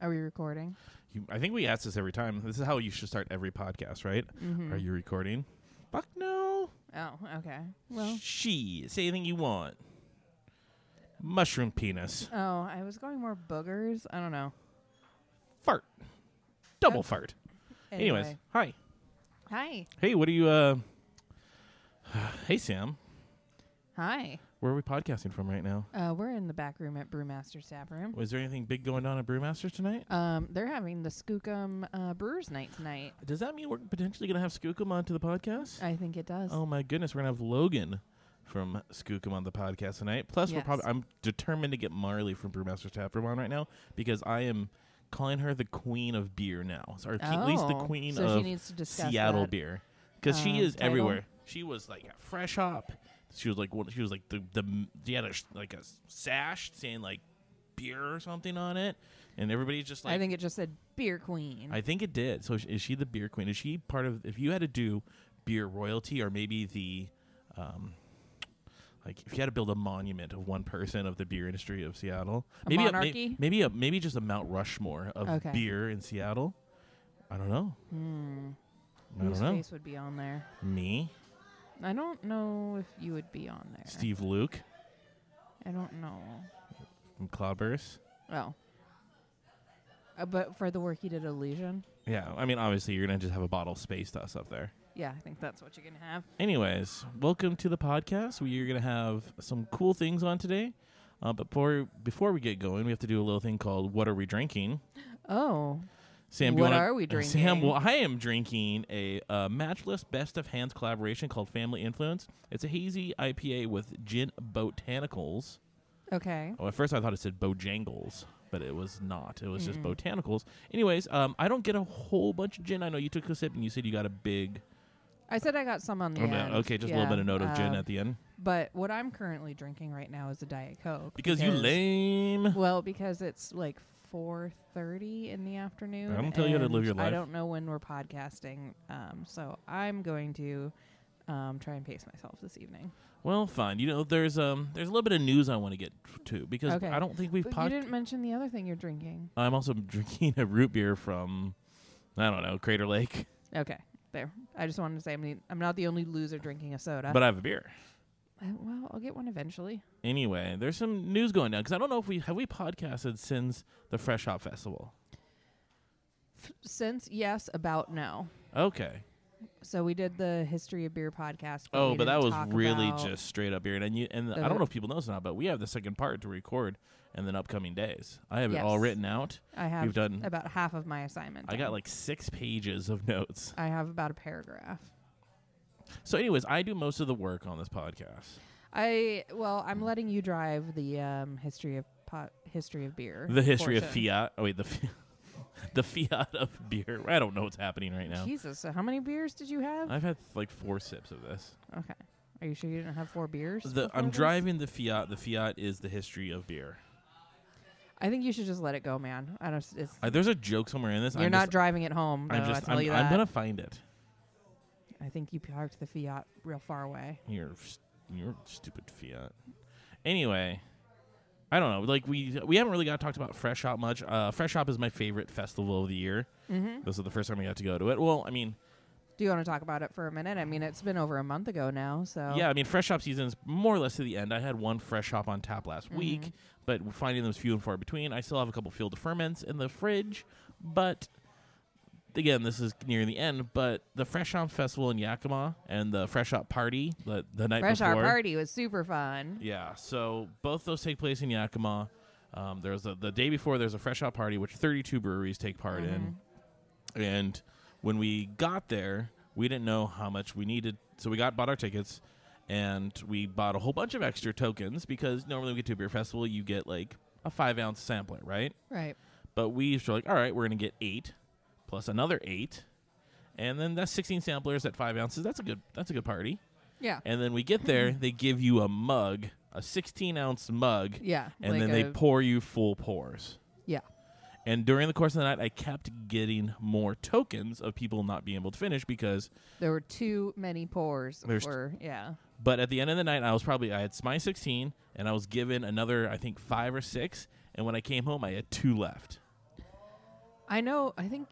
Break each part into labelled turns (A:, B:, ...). A: Are we recording?
B: You, I think we ask this every time. This is how you should start every podcast, right?
A: Mm-hmm.
B: Are you recording? Fuck no.
A: Oh, okay. Well,
B: she say anything you want. Mushroom penis.
A: oh, I was going more boogers. I don't know.
B: Fart. Double fart. Anyways,
A: Anyway.
B: hi.
A: Hi.
B: Hey, what are you? uh Hey, Sam.
A: Hi.
B: Where are we podcasting from right now?
A: Uh, we're in the back room at Brewmaster's Tap Room.
B: Was there anything big going on at Brewmaster tonight?
A: Um, they're having the Skookum uh, Brewers Night tonight.
B: Does that mean we're potentially gonna have Skookum onto the podcast?
A: I think it does.
B: Oh my goodness, we're gonna have Logan from Skookum on the podcast tonight. Plus, we're
A: Yes.
B: probably I'm determined to get Marley from Brewmaster's Taproom on right now because I am calling her the queen of beer now, or ke- at least the
A: Oh,
B: queen
A: so she
B: of
A: needs to discuss
B: Seattle
A: that,
B: beer because
A: um,
B: she is
A: title.
B: everywhere. She was like a fresh hop. She was like one. She was like the the she had a sh- like a sash saying like beer or something on it, and everybody's just like
A: I think it just said Beer Queen.
B: I think it did. So is- is she the beer queen? Is she part of? If you had to do beer royalty, or maybe the, um, like if you had to build a monument of one person of the beer industry of Seattle,
A: A
B: maybe may-
A: monarchy?
B: maybe a, maybe just a Mount Rushmore of
A: Okay.
B: beer in Seattle. I don't know.
A: Hmm.
B: I
A: Whose
B: don't know.
A: face would be on there?
B: Me,
A: I don't know if you would be on there.
B: Steve Luke
A: I don't know.
B: from Cloudburst.
A: Oh. Uh, but for the work you did, at Elysian.
B: Yeah, I mean, obviously you're gonna just have a bottle of space dust up there.
A: Yeah, I think that's what you're gonna have.
B: Anyways, welcome to the podcast. We're gonna have some cool things on today. Uh, but before before we get going, we have to do a little thing called "What Are We Drinking?"
A: Oh,
B: Sam, do you
A: What
B: wanna-
A: are we drinking?
B: Sam, well, I am drinking a uh, matchless best of hands collaboration called Family Influence. It's a hazy IPA with gin botanicals.
A: okay.
B: Oh, at first I thought it said Bojangles, but it was not. It was just
A: Mm.
B: botanicals. Anyways, um, I don't get a whole bunch of gin. I know you took a sip and you said you got a big.
A: I said I got some on the
B: Oh, no,
A: end.
B: okay, just a little
A: Yeah,
B: bit of note of gin
A: uh,
B: at the end
A: But what I'm currently drinking right now is a diet coke.
B: because you lame.
A: Well, because it's like 4:30 in the afternoon.
B: I don't tell you how to live
A: and
B: your
A: I
B: life.
A: don't know when we're podcasting, um, so I'm going to um, try and pace myself this evening.
B: Well, fine. You know, there's um, there's a little bit of news I want to get to because
A: Okay.
B: I don't think we've.
A: But
B: pod-
A: you didn't mention the other thing you're drinking.
B: I'm also drinking a root beer from, I don't know, Crater Lake,
A: Okay, there. I just wanted to say I'm, the, I'm not the only loser drinking a soda.
B: but I have a beer.
A: Uh, well, I'll get one eventually.
B: Anyway, there's some news going down because I don't know if we have we podcasted since the Fresh Hop Festival.
A: F- since yes, about no.
B: Okay.
A: So we did the history of beer podcast.
B: Oh,
A: we
B: but that
A: didn't
B: was
A: talk
B: really
A: about-
B: just straight up beer, and you and I
A: the-
B: don't know if people know this or not, but we have the second part to record in the upcoming days. I have it all
A: Yes.
B: written out.
A: I have
B: We've done.
A: about half of my assignment.
B: I
A: done.
B: got like six pages of notes.
A: I have about a paragraph.
B: So, anyways, I do most of the work on this podcast.
A: I well, I'm letting you drive the um, history of pot, history of beer.
B: The history of
A: portion.
B: fiat. Oh wait, the fi- the fiat of beer. I don't know what's happening right now.
A: Jesus, so how many beers did you have?
B: I've had like four sips of this.
A: okay, are you sure you didn't have four beers?
B: The,
A: before
B: I'm
A: this?
B: driving the fiat. The fiat is the history of beer.
A: I think you should just let it go, man. I don't. It's,
B: Uh, there's a joke somewhere in this.
A: you're
B: I'm
A: not
B: Just,
A: driving it home. Though,
B: I'm just.
A: I tell
B: I'm,
A: you
B: I'm
A: that.
B: gonna find it.
A: I think you parked the Fiat real far away.
B: You're s- you're stupid fiat. Anyway. I don't know. Like we we haven't really got talked about Fresh Hop much. Uh, Fresh Hop is my favorite festival of the year.
A: Mm-hmm.
B: This is the first time I got to go to it. Well, I mean,
A: Do you want to talk about it for a minute? I mean, it's been over a month ago now, so
B: Yeah, I mean, fresh hop season's more or less to the end. I had one fresh hop on tap
A: Mm-hmm.
B: last week, but finding them's few and far between. I still have a couple field of ferments in the fridge, but again, this is near the end. But the Fresh Hop Festival in Yakima and the Fresh Hop Party the, the night
A: Fresh
B: before.
A: Our Party was super fun.
B: Yeah, so both those take place in Yakima. Um, there's a, the day before there's a fresh out party which 32 breweries take part in, and when we got there, we didn't know how much we needed, so we got bought our tickets, and we bought a whole bunch of extra tokens because normally we get to a beer festival, you get like a five ounce sampler, right?
A: Right.
B: But we were like, all right, we're gonna get eight plus another eight, and then that's 16 samplers at five ounces. That's a good that's a good party.
A: Yeah.
B: And then we get there, they give you a mug, a 16 ounce mug,
A: Yeah.
B: and
A: like
B: then they
A: a-
B: pour you full pours.
A: Yeah.
B: And during the course of the night, I kept getting more tokens of people not being able to finish because,
A: There were too many pours.
B: There's-
A: for, yeah.
B: but at the end of the night, I was probably, I had my 16 and I was given another, I think, five or six. And when I came home, I had two left.
A: I know. I think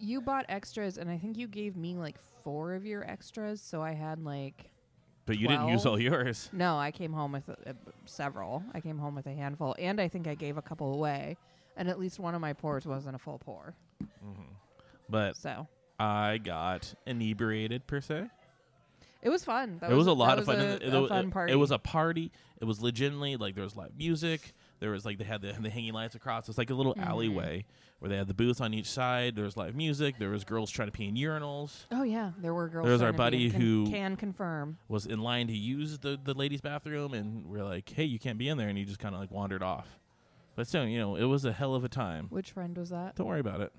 A: you bought extras, and I think you gave me like four of your extras. So I had like
B: But you didn't use
A: Twelve.
B: all yours.
A: no. I came home with uh, uh, several. I came home with a handful, and I think I gave a couple away. And at least one of my pours wasn't a full pour.
B: But
A: So
B: I got inebriated per se.
A: it was fun. That
B: it was a
A: that
B: lot of fun.
A: A,
B: and it,
A: a
B: wa-
A: fun
B: it-
A: party.
B: It was a party. It was legitimately like there was live music. There was like they had the, the hanging lights across. It's like a little
A: Mm-hmm.
B: alleyway where they had the booth on each side. There was live music. There was girls trying to pee in urinals.
A: Oh yeah, there were girls.
B: There was
A: trying
B: our
A: to be-
B: buddy
A: can,
B: who-
A: can confirm.
B: Was in line to use the the ladies' bathroom, and we are like, "Hey, you can't be in there," and he just kind of like wandered off. But still, you know, it was a hell of a time.
A: Which friend was that?
B: Don't worry about it.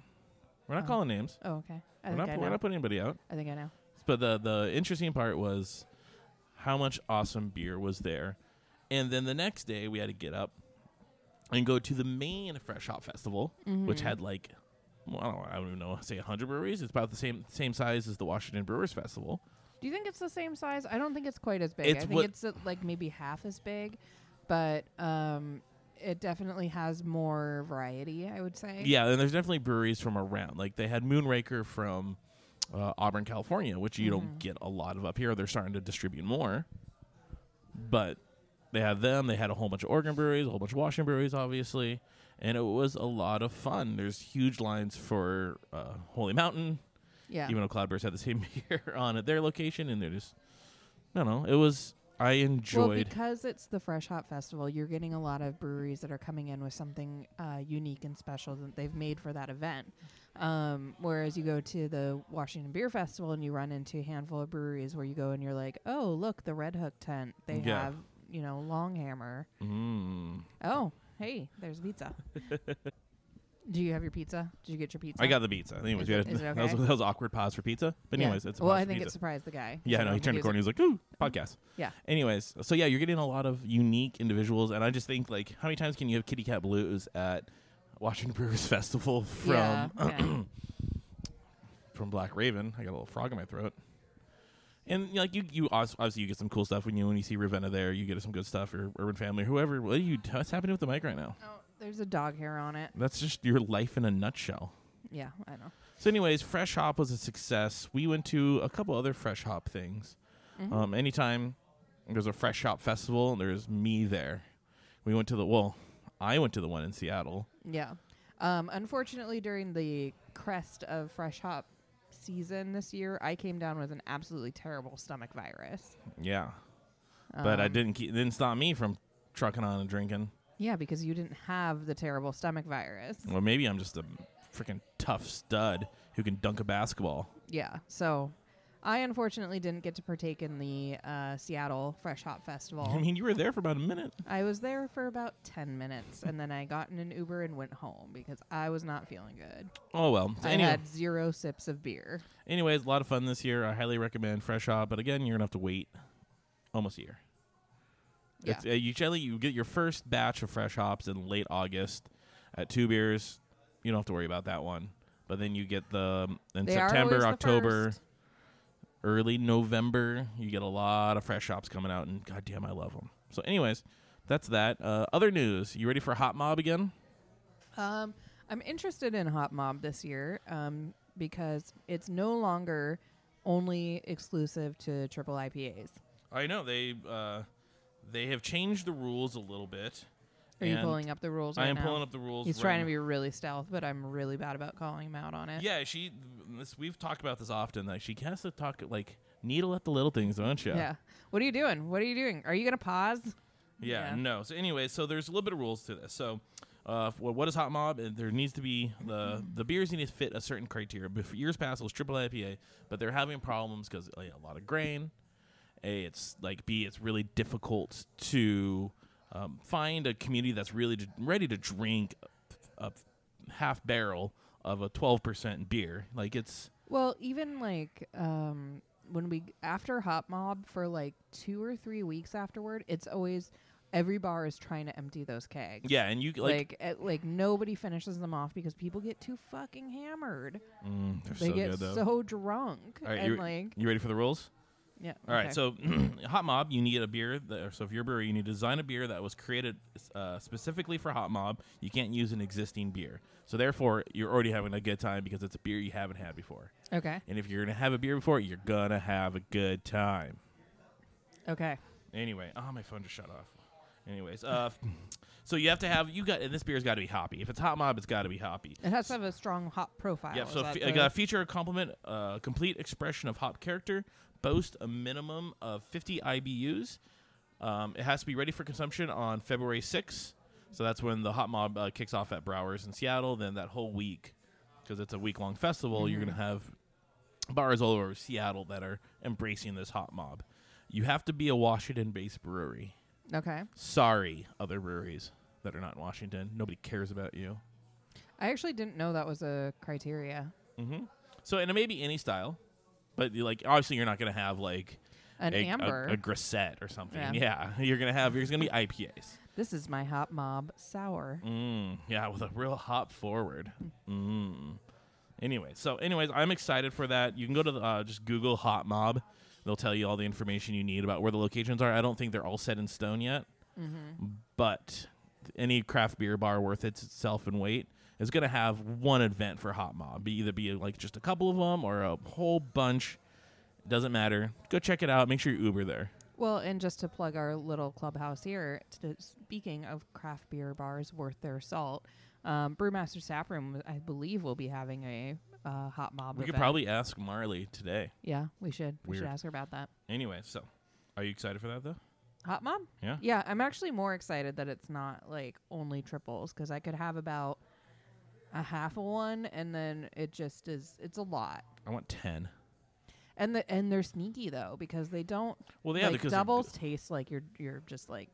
B: We're not
A: Oh.
B: calling names.
A: Oh okay. I think
B: We're not,
A: I
B: we're
A: know.
B: not putting anybody out.
A: I think I know.
B: But the the interesting part was how much awesome beer was there. And then the next day we had to get up and go to the main Fresh Hop Festival, which had like well, I don't I don't even know say 100 breweries. It's about the same same size as the Washington Brewers Festival.
A: Do you think it's the same size? I don't think it's quite as big.
B: It's
A: I think
B: what-
A: it's uh, like maybe half as big, but um, it definitely has more variety. I would say.
B: Yeah, and there's definitely breweries from around. Like they had Moonraker from uh, Auburn, California, which you
A: Mm-hmm.
B: don't get a lot of up here. They're starting to distribute more, but they had them. They had a whole bunch of Oregon breweries, a whole bunch of Washington breweries, obviously, and it was a lot of fun. There's huge lines for uh, Holy Mountain.
A: Yeah.
B: Even though Cloudburst had the same beer on at their location, and they're just, no, no, it was. I
A: well,
B: enjoyed.
A: because it's the Fresh Hop Festival, you're getting a lot of breweries that are coming in with something uh, unique and special that they've made for that event. Um, whereas you go to the Washington Beer Festival and you run into a handful of breweries where you go and you're like, oh, look, the Red Hook tent. They
B: Yeah.
A: have, you know, Longhammer.
B: mm.
A: Oh, hey, there's pizza. Do you have your pizza? Did you get your pizza?
B: I got the pizza. Anyways,
A: Is
B: we
A: it-
B: had,
A: is it
B: that, was,
A: okay?
B: that was an awkward pause for pizza. But
A: Yeah.
B: anyways, it's a
A: well,
B: pause
A: I
B: for
A: think
B: pizza.
A: it surprised the guy.
B: Yeah,
A: So
B: no, he turned the
A: was-
B: corner. He was like, "Ooh, podcast."
A: Mm-hmm. Yeah.
B: Anyways, so yeah, you're getting a lot of unique individuals, and I just think like, how many times can you have Kitty Cat Blues at Washington Brewers Festival from uh,
A: Yeah, yeah.
B: from Black Raven? I got a little frog in my throat. And you know, like you, you obs- obviously you get some cool stuff when you when you see Ravenna there. You get some good stuff or Urban Family, whoever. What are you? What's happening with the mic right now?
A: oh, there's a dog hair on it.
B: That's just your life in a nutshell.
A: Yeah, I know.
B: So, anyways, Fresh Hop was a success. We went to a couple other Fresh Hop things.
A: Mm-hmm.
B: Um, anytime there's a Fresh Hop festival, there's me there. We went to the well, I went to the one in Seattle.
A: Yeah. Um, unfortunately, during the crest of fresh hop season this year, I came down with an absolutely terrible stomach virus.
B: Yeah, but I
A: Um,
B: didn't keep, didn't stop me from trucking on and drinking.
A: Yeah, because you didn't have the terrible stomach virus.
B: Well, maybe I'm just a freaking tough stud who can dunk a basketball.
A: Yeah. So I unfortunately didn't get to partake in the uh, Seattle Fresh Hop
B: I
A: Festival.
B: mean, you were there for about a minute.
A: I was there for about 10 minutes and then I got in an Uber and went home because I was not feeling good.
B: Oh well. So
A: I
B: anyway-
A: had zero sips of beer.
B: anyways, a lot of fun this year. I highly recommend Fresh Hop, but again, you're gonna have to wait almost a year.
A: Yeah.
B: It's, uh, you generally you get your first batch of fresh hops in late August at two beers. You don't have to worry about that one. But then you get the um, in
A: They are always
B: September,
A: the
B: October,
A: first.
B: early November. You get a lot of fresh hops coming out, and goddamn, I love them. So, anyways, that's that. Uh, other news. You ready for Hot Mob again?
A: Um, I'm interested in Hot Mob this year um, because it's no longer only exclusive to triple IPAs.
B: I know they uh, they have changed the rules a little bit.
A: Are you pulling up the rules?
B: I
A: right
B: am
A: now?
B: pulling up the rules.
A: He's
B: right
A: trying
B: now.
A: to be really stealth, but I'm really bad about calling him out on it.
B: Yeah, she. This, we've talked about this often. Like she has to talk like needle at the little things, don't you?
A: Yeah. What are you doing? What are you doing? Are you gonna pause?
B: Yeah,
A: Yeah.
B: no. So anyway, so there's a little bit of rules to this. So, uh, wh- what is hot mob? Uh, There needs to be the the beers need to fit a certain criteria. But for years past, it was triple IPA, but they're having problems because a lot of grain. A, it's like B, it's really difficult to um, find a community that's really d- ready to drink a, a half barrel of a 12% beer. Like it's
A: Well, even like um, when we after Hot Mob for like two or three weeks afterward, it's always every bar is trying to empty those kegs.
B: yeah, and you like,
A: Like, like, like nobody finishes them off because people get too fucking hammered.
B: Mm, they're
A: They
B: so
A: get
B: good though.
A: so drunk
B: All right,
A: and
B: you,
A: like
B: you ready for the rules?
A: Yeah.
B: All right,
A: okay.
B: so Hot Mob, you need a beer. That, or so if you're a brewery, you need to design a beer that was created uh, specifically for Hot Mob. You can't use an existing beer. So therefore, you're already having a good time because it's a beer you haven't had before.
A: Okay.
B: And if you're gonna have a beer before, you're gonna have a good time.
A: Okay.
B: Anyway, oh my phone just shut off. Anyways, uh, so you have to have you got and this beer's got to be hoppy. If it's Hot Mob, it's got to be hoppy.
A: It has to have a strong hop profile.
B: Yeah,
A: Is
B: so
A: that
B: fe-
A: the-
B: I got a feature, a compliment, uh, complete expression of hop character, boast a minimum of 50 IBUs. Um, it has to be ready for consumption on February 6th. So that's when the hop mob uh, kicks off at Browers in Seattle. Then that whole week, because it's a week long festival, you're
A: Mm-hmm.
B: going to have bars all over Seattle that are embracing this hop mob. You have to be a Washington based brewery.
A: okay.
B: Sorry, other breweries that are not in Washington. Nobody cares about you.
A: I actually didn't know that was a criteria.
B: Mm-hmm. So, and it may be any style, but you, like obviously you're not gonna have like
A: An
B: a,
A: amber.
B: a, a grisette or something.
A: Yeah.
B: Yeah. you're gonna have you're gonna be IPAs.
A: this is my hop mob sour.
B: Mm, yeah, with a real hop forward. Mm. Anyway, so anyways, I'm excited for that. You can go to the, uh, just Google Hot Mob. They'll tell you all the information you need about where the locations are. I don't think they're all set in stone yet, but any craft beer bar worth its itself in weight is going to have one event for Hot Mob. Be either be like just a couple of them or a whole bunch. Doesn't matter. Go check it out. Make sure you Uber there.
A: Well, and just to plug our little clubhouse here, t- uh, speaking of craft beer bars worth their salt, um, Brewmaster Saproom, I believe, will be having a uh, hot mob.
B: We could
A: event.
B: probably ask Marley today.
A: Yeah, we should. We should
B: Weird.
A: ask her about that.
B: Anyway, so are you excited for that though?
A: Hot mob?
B: Yeah.
A: Yeah, I'm actually more excited that it's not like only triples because I could have about a half of one, and then it just is. It's a lot.
B: I want 10.
A: And the and they're sneaky though because they don't
B: Well, yeah,
A: like
B: because they're
A: doubles
B: good.
A: taste like you're you're just like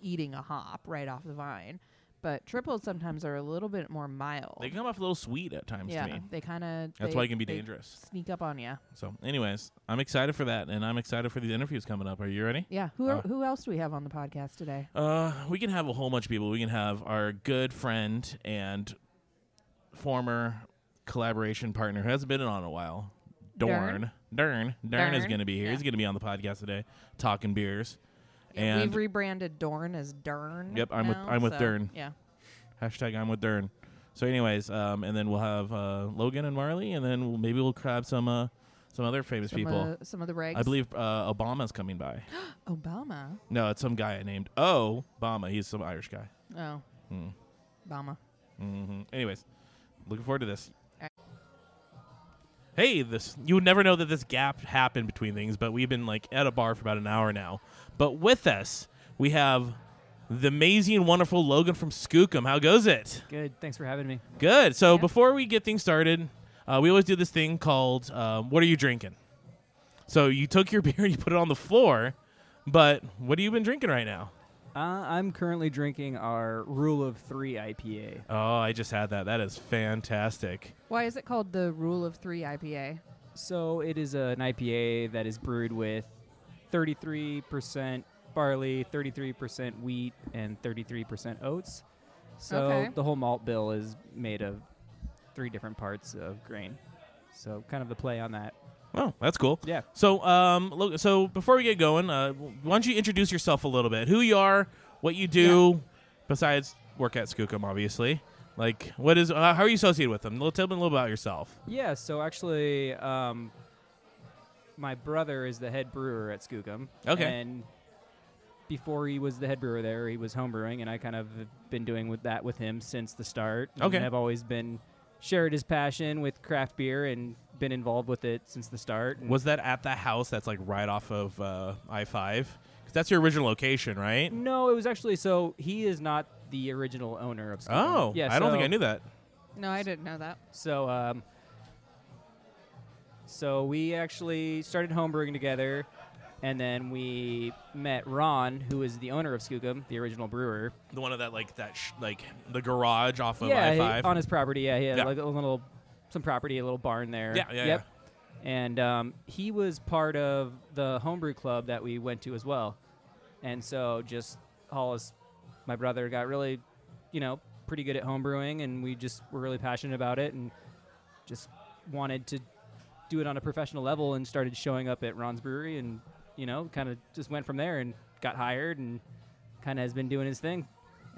A: eating a hop right off the vine, but triples sometimes are a little bit more mild.
B: they come off a little sweet at times
A: yeah,
B: to me.
A: they kind of
B: That's why it can be dangerous.
A: Sneak up on you.
B: So, anyways, I'm excited for that, and I'm excited for these interviews coming up. Are you ready?
A: Yeah, who are,
B: Uh,
A: who else do we have on the podcast today?
B: Uh, we can have a whole bunch of people. We can have our good friend and former collaboration partner who hasn't been on in a while, Dorn. Dern. Dern, is
A: Dern,
B: going to be here. He's
A: yeah.
B: going to be on the podcast today, talking beers.
A: We've
B: and
A: rebranded Dorn as Dern.
B: Yep, I'm with-
A: now,
B: I'm with
A: so-
B: Dern.
A: Yeah,
B: hashtag I'm with Dern. So, anyways, um, and then we'll have uh, Logan and Marley, and then we'll, maybe we'll grab some uh, some other famous
A: some
B: people.
A: Of, some of the regs. Oh,
B: I believe uh, Obama's coming by.
A: Obama.
B: No, it's some guy named oh, Obama. He's some Irish guy.
A: Oh,
B: Mm.
A: Obama.
B: hmm Anyways, looking forward to this.
A: Alright.
B: Hey, this you would never know that this gap happened between things, but we've been like at a bar for about an hour now. But with us, we have the amazing, wonderful Logan from Skookum. How goes it?
C: Good. Thanks for having me.
B: Good. So
A: Yeah.
B: before we get things started, uh, we always do this thing called um, "What are you drinking?" So you took your beer, you put it on the floor, but what have you been drinking right now?
C: Uh, I'm currently drinking our Rule of Three IPA.
B: Oh, I just had that. That is fantastic.
A: Why is it called the Rule of Three IPA?
C: So it is an IPA that is brewed with 33% barley, 33% wheat, and 33% oats. So
A: Okay.
C: the whole malt bill is made of three different parts of grain. So kind of a play on that.
B: Oh, that's cool.
C: Yeah.
B: So, um, Lo- so before we get going, uh, why don't you introduce yourself a little bit? Who you are, what you do, besides work at Skookum, obviously. Like, what is? Uh, how are you associated with them? Little- Tell me a little about yourself.
C: Yeah, so actually, um, my brother is the head brewer at Skookum.
B: Okay.
C: And before he was the head brewer there, he was homebrewing, and I kind of have been doing with that with him since the start.
B: Okay.
C: And I've always been shared his passion with craft beer and been involved with it since the start. And-
B: Was that at the house that's like right off of uh, I five? Because that's your original location, right?
C: no, it was actually so he is not the original owner of Skookum.
B: Oh,
C: yeah,
B: I don't think
C: so-
B: I knew that.
A: No, I didn't know that.
C: So, um, so we actually started homebrewing together, and then we met Ron, who is the owner of Skookum, the original brewer.
B: The one of that like that sh- like the garage off of
C: yeah,
B: I
C: he-
B: five.
C: on his property. Yeah, he had
B: Yeah.
C: like a little, some property, a little barn there.
B: Yeah, yeah,
C: yep. And um, he was part of the homebrew club that we went to as well, and so just Hollis, my brother, got really, you know, pretty good at homebrewing, and we just were really passionate about it, and just wanted to do it on a professional level and started showing up at Ron's Brewery and you know kind of just went from there and got hired and kind of has been doing his thing.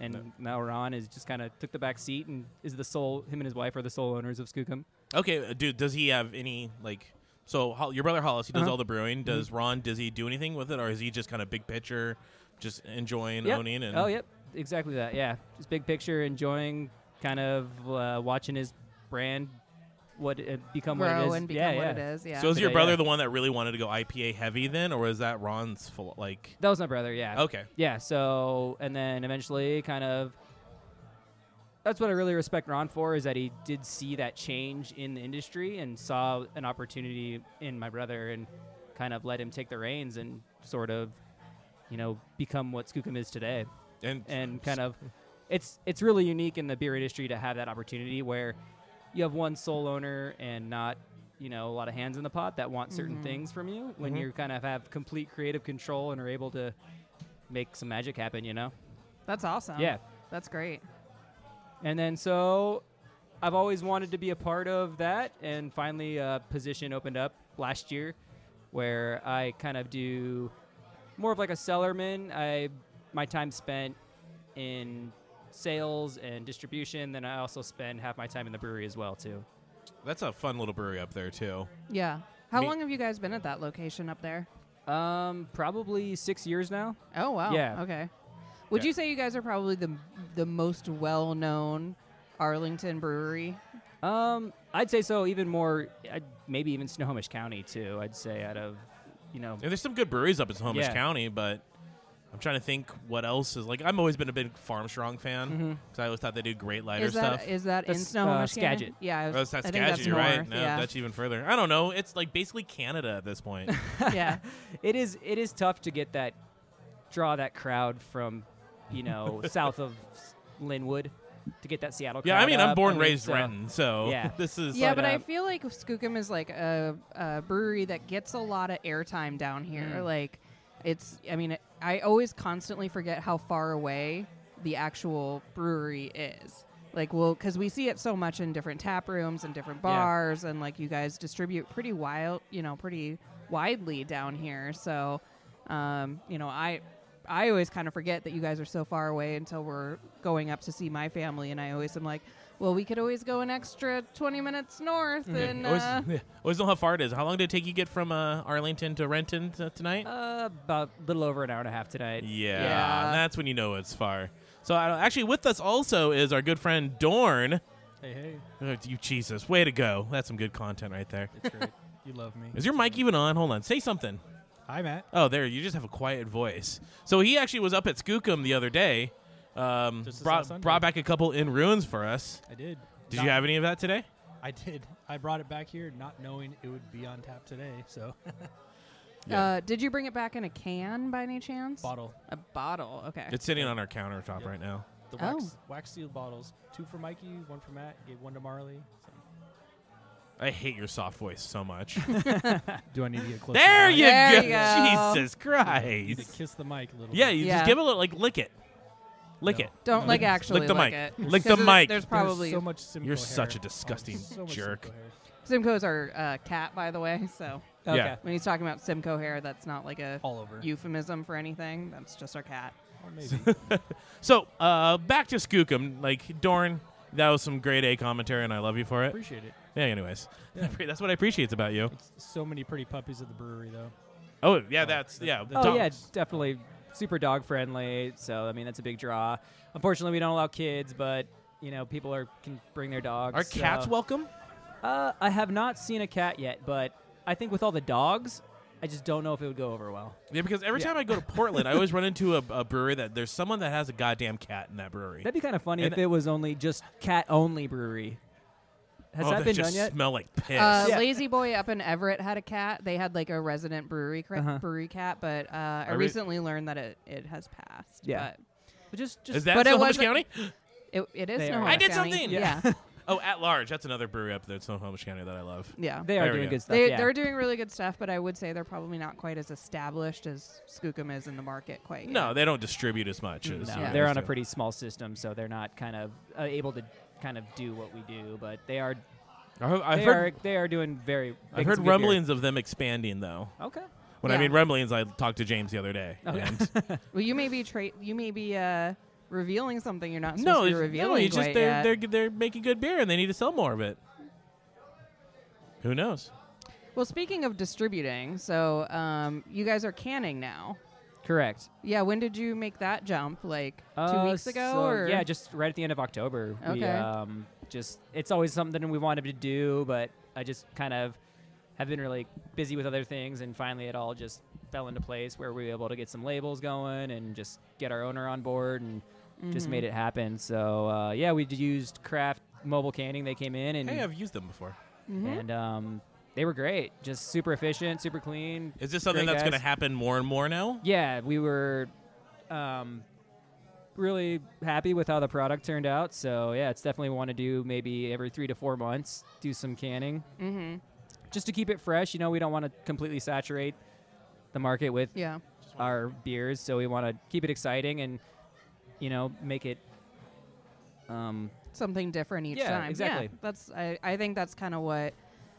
C: And
B: Yeah.
C: now Ron is just kind of took the back seat and is the sole. Him and his wife are the sole owners of Skookum.
B: Okay, uh, dude, does he have any like? So Hol- your brother Hollis, he does
C: Uh-huh.
B: all the brewing. Does
A: Mm-hmm.
B: Ron? Does he do anything with it, or is he just kind of big picture, just enjoying
C: Yep.
B: owning? And
C: Oh, yep, exactly that. Yeah, just big picture, enjoying, kind of uh, watching his brand, what it, become what it
A: grow
C: is.
A: and
C: yeah,
A: become
C: yeah.
A: what it is. Yeah.
B: So is your
C: Yeah,
B: brother
C: yeah.
B: the one that really wanted to go IPA heavy then, or is that Ron's full, like?
C: That was my brother. Yeah.
B: Okay,
C: Yeah. So and then eventually, kind of. That's what I really respect Ron for is that he did see that change in the industry and saw an opportunity in my brother and kind of let him take the reins and sort of, you know, become what Skookum is today.
B: and,
C: and kind of it's it's really unique in the beer industry to have that opportunity where you have one sole owner and not you know a lot of hands in the pot that want certain things from you when
B: Mhm.
C: you kind of have complete creative control and are able to make some magic happen you know
A: That's awesome.
C: yeah
A: That's great.
C: and then so I've always wanted to be a part of that, and finally a position opened up last year where I kind of do more of like a sellerman. I my time spent in sales and distribution, then I also spend half my time in the brewery as well too.
B: that's a fun little brewery up there too.
A: Yeah. How
B: Me-
A: long have you guys been at that location up there?
C: Um, probably six years now.
A: Oh wow.
C: Yeah.
A: Okay. Would
B: Yeah.
A: you say you guys are probably the the most well known Arlington brewery?
C: Um, I'd say so. Even more, i maybe even Snohomish County too. I'd say out of you know
B: And there's some good breweries up in Snohomish
C: Yeah.
B: County, but I'm trying to think what else is like. I've always been a big Farm Strong fan because I always thought they do great lighter
A: Mm-hmm. is that
B: stuff.
A: is that in
C: That's, uh,
A: Snohomish County?
C: Skagit.
A: Yeah. I, was,
B: Oh, that's not
A: I think
B: Skagit,
A: that's
B: you're
A: north.
B: right? No,
A: yeah.
B: that's even further. I don't know. It's like basically Canada at this point.
A: yeah.
C: it is it is tough to get that draw that crowd from you know south of Linwood to get that Seattle.
B: yeah, I
C: crowd
B: mean, I'm
C: up.
B: born
C: I
B: and
C: mean,
B: raised
C: so-
B: Renton, so
C: yeah.
B: this is
A: Yeah,
C: But,
A: but I
C: um,
A: feel like Skookum is like a, a brewery that gets a lot of airtime down here.
C: Mm.
A: Like, it's, I mean, I always constantly forget how far away the actual brewery is. Like, well, because we see it so much in different tap rooms and different bars, and like you guys distribute pretty wild, you know, pretty widely down here. So, um, you know, I. I always kind of forget that you guys are so far away until we're going up to see my family, and I always am like, "Well, we could always go an extra twenty minutes north."
B: Yeah,
A: And
B: Mm-hmm. always,
A: uh,
B: yeah, always know how far it is. How long did it take you to get from uh, Arlington to Renton t- tonight?
C: Uh, about a little over an hour and a half tonight.
B: yeah,
A: Yeah.
B: that's when you know it's far. So I don't- actually, with us also is our good friend Dorn.
D: Hey, hey,
B: Oh, you Jesus, way to go! That's some good content right there.
D: it's great. you love me.
B: Is your mic even on? Hold on, say something.
D: Hi, Matt.
B: Oh, there, you just have a quiet voice. So he actually was up at Skookum the other day. Um,
D: Just this last
B: brought
D: Sunday.
B: brought back a couple in ruins for us.
D: I did.
B: Did
D: Not-
B: you have any of that today?
D: I did. I brought it back here, not knowing it would be on tap today. So
A: uh, did you bring it back in a can by any chance?
D: bottle,
A: A bottle. Okay.
B: It's sitting on our countertop right now.
D: the
A: Oh.
D: wax, wax seal bottles, two for Mikey, one for Matt, gave one to Marley. So.
B: I hate your soft voice so much.
D: Do I need to get close?
B: there you
A: There
B: go.
A: you go.
B: Jesus
D: Need to
B: Christ.
D: kiss the mic a little.
B: Yeah,
D: bit.
B: you
A: Yeah.
B: just give it a like lick it, lick
D: No.
B: it.
A: Don't
D: No,
A: like
D: lick-
A: actually
B: lick the mic.
A: it.
B: Lick
A: 'Cause there-
B: the mic.
A: There's
D: There's
A: probably
D: so much. Simcoe
B: You're such
D: hair.
B: a disgusting
D: there's so much
B: jerk.
D: Simcoe hair.
A: Simcoe's our uh, cat, by the way. So
C: Okay.
B: Yeah.
A: when he's talking about Simcoe hair, that's not like a
D: All over.
A: euphemism for anything. That's just our cat.
D: Or maybe.
B: So uh, back to Skookum. Like Dorn, that was some grade A commentary, and I love you for it.
D: Appreciate it.
B: Yeah. Anyways,
D: Yeah.
B: that's what I appreciate about you.
D: It's so many pretty puppies at the brewery, though.
B: Oh yeah, that's yeah.
D: the
B: the top-
C: Oh yeah, definitely super dog friendly. So I mean that's a big draw. Unfortunately, we don't allow kids, but you know people are can bring their dogs.
B: Are cats
C: so-
B: welcome?
C: Uh, I have not seen a cat yet, but I think with all the dogs, I just don't know if it would go over well.
B: Yeah, because every
C: Yeah.
B: time I go to Portland, I always run into a, a brewery that there's someone that has a goddamn cat in that brewery.
C: That'd be kind of funny
B: And-
C: if it was only just cat only brewery. Has
B: oh,
C: that
B: they
C: been
B: just
C: done yet?
B: Smell like piss.
A: Uh,
C: Yeah.
A: Lazy Boy up in Everett had a cat. They had like a resident brewery cra-
C: Uh-huh.
A: brewery cat, but uh, I,
B: I re-
A: recently learned that it, it has passed.
C: Yeah.
A: but
C: But just just
B: Is that
A: but it
B: Snohomish
A: wasn't-
B: County?
A: it, it is.
C: They are.
A: Snohomish
B: I did
A: County.
B: something!
A: Yeah,
B: Oh, at large. That's another brewery up there in Snohomish County that I love.
A: yeah.
C: they
B: There
C: are
B: we
C: doing
B: go.
C: good stuff.
A: They
C: yeah.
A: they're doing really good stuff, but I would say they're probably not quite as established as Skookum is in the market quite.
B: No,
A: yet.
B: they don't distribute as much.
C: No,
B: As
A: Yeah.
C: they're
B: as
C: on a
B: the-
C: pretty small system, so they're not kind of uh, able to kind of do what we do. But they are
B: I heard, I've
C: they
B: heard,
C: are they are doing very. they
B: I've
C: can
B: heard
C: speak here.
B: rumblings of them expanding, though.
C: Okay.
B: When I
A: Yeah.
B: mean rumblings, I talked to James the other day.
C: Okay.
B: And
A: Well, you may be tra- you may be uh, revealing something you're not supposed
B: no,
A: to be
B: it's-
A: revealing
B: no, it's
A: quite
B: just they're,
A: yet.
B: they're they're making good beer and they need to sell more of it. Who knows?
A: Well, speaking of distributing, so um, you guys are canning now.
C: Correct.
A: Yeah, when did you make that jump? Like two
C: Uh,
A: weeks ago?
C: so,
A: or?
C: Yeah, just right at the end of October. We,
A: Okay.
C: um, just it's always something we wanted to do, but I just kind of have been really busy with other things, and finally it all just fell into place where we were able to get some labels going and just get our owner on board and just
A: Mm-hmm.
C: made it happen. So uh, yeah, we d- used Craft Mobile Canning. They came in and
B: Hey, I've used them before.
A: Mhm.
C: and um, they were great. Just super efficient, super clean.
B: Is this something
C: Great
B: that's going to
C: guys.
B: happen more and more now?
C: Yeah, we were um, really happy with how the product turned out. So yeah, it's definitely want to do maybe every three to four months, do some canning
A: Mm-hmm.
C: just to keep it fresh. You know, we don't want to completely saturate the market with
A: Yeah.
C: our beers, so we want to keep it exciting and you know make it. Um,
A: something different each
C: Yeah,
A: time.
C: exactly.
A: Yeah, that's I, I think that's kind of what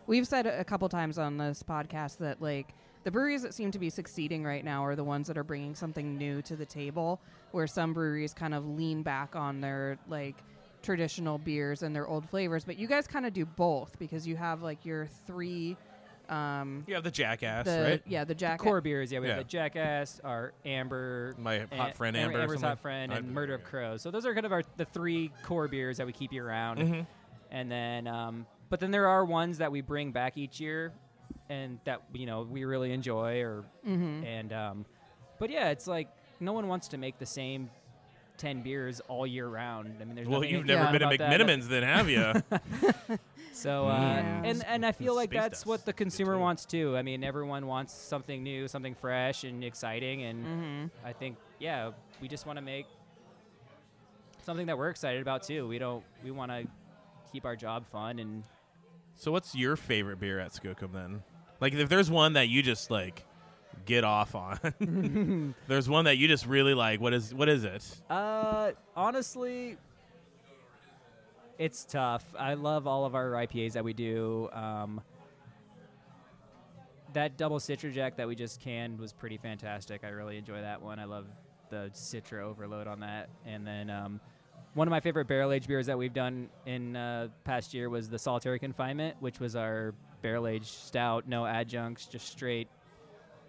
A: we've said a a couple times on this podcast that like the breweries that seem to be succeeding right now are the ones that are bringing something new to the table where some breweries kind of lean back on their like traditional beers and their old flavors but you guys kind of do both because you have like your three um
B: You have the jackass,
A: the
B: right?
A: yeah the jack
C: core beers, yeah, we
B: Yeah.
C: have the Jackass, our Amber,
B: My hot
C: a-
B: friend
C: Am-
B: Amber. or
C: Eh, Amber's
B: something.
C: hot friend,
B: I'd-
C: and Murder of Crows. So those are kind of our the three core beers that we keep year round.
B: Mhm.
C: And then, um, but then there are ones that we bring back each year, and that you know we really enjoy. Or
A: Mhm.
C: and um, but yeah, it's like no one wants to make the same ten beers all year round. I mean, there's
B: Well,
C: nothing
B: you've
C: they can
B: never
C: do
B: been
C: about
B: at
C: that. That's-
B: McMinimins, then, have you?
C: so, uh,
A: Yeah.
C: and and I feel like
B: Space
C: that's
B: dust.
C: what the
B: Good
C: consumer
B: too.
C: wants too. I mean, everyone wants something new, something fresh and exciting, and
A: Mm-hmm.
C: I think yeah, we just want to make something that we're excited about too. We don't we want to keep our job fun and
B: so, what's your favorite beer at Skookum then? Like, if there's one that you just like get off on, there's one that you just really like. What is what is it?
C: uh honestly it's tough. I love all of our IPAs that we do. Um, that double Citra Jack that we just canned was pretty fantastic. I really enjoy that one. I love the Citra overload on that. And then um, one of my favorite barrel aged beers that we've done in uh, past year was the Solitary Confinement, which was our barrel aged stout, no adjuncts, just straight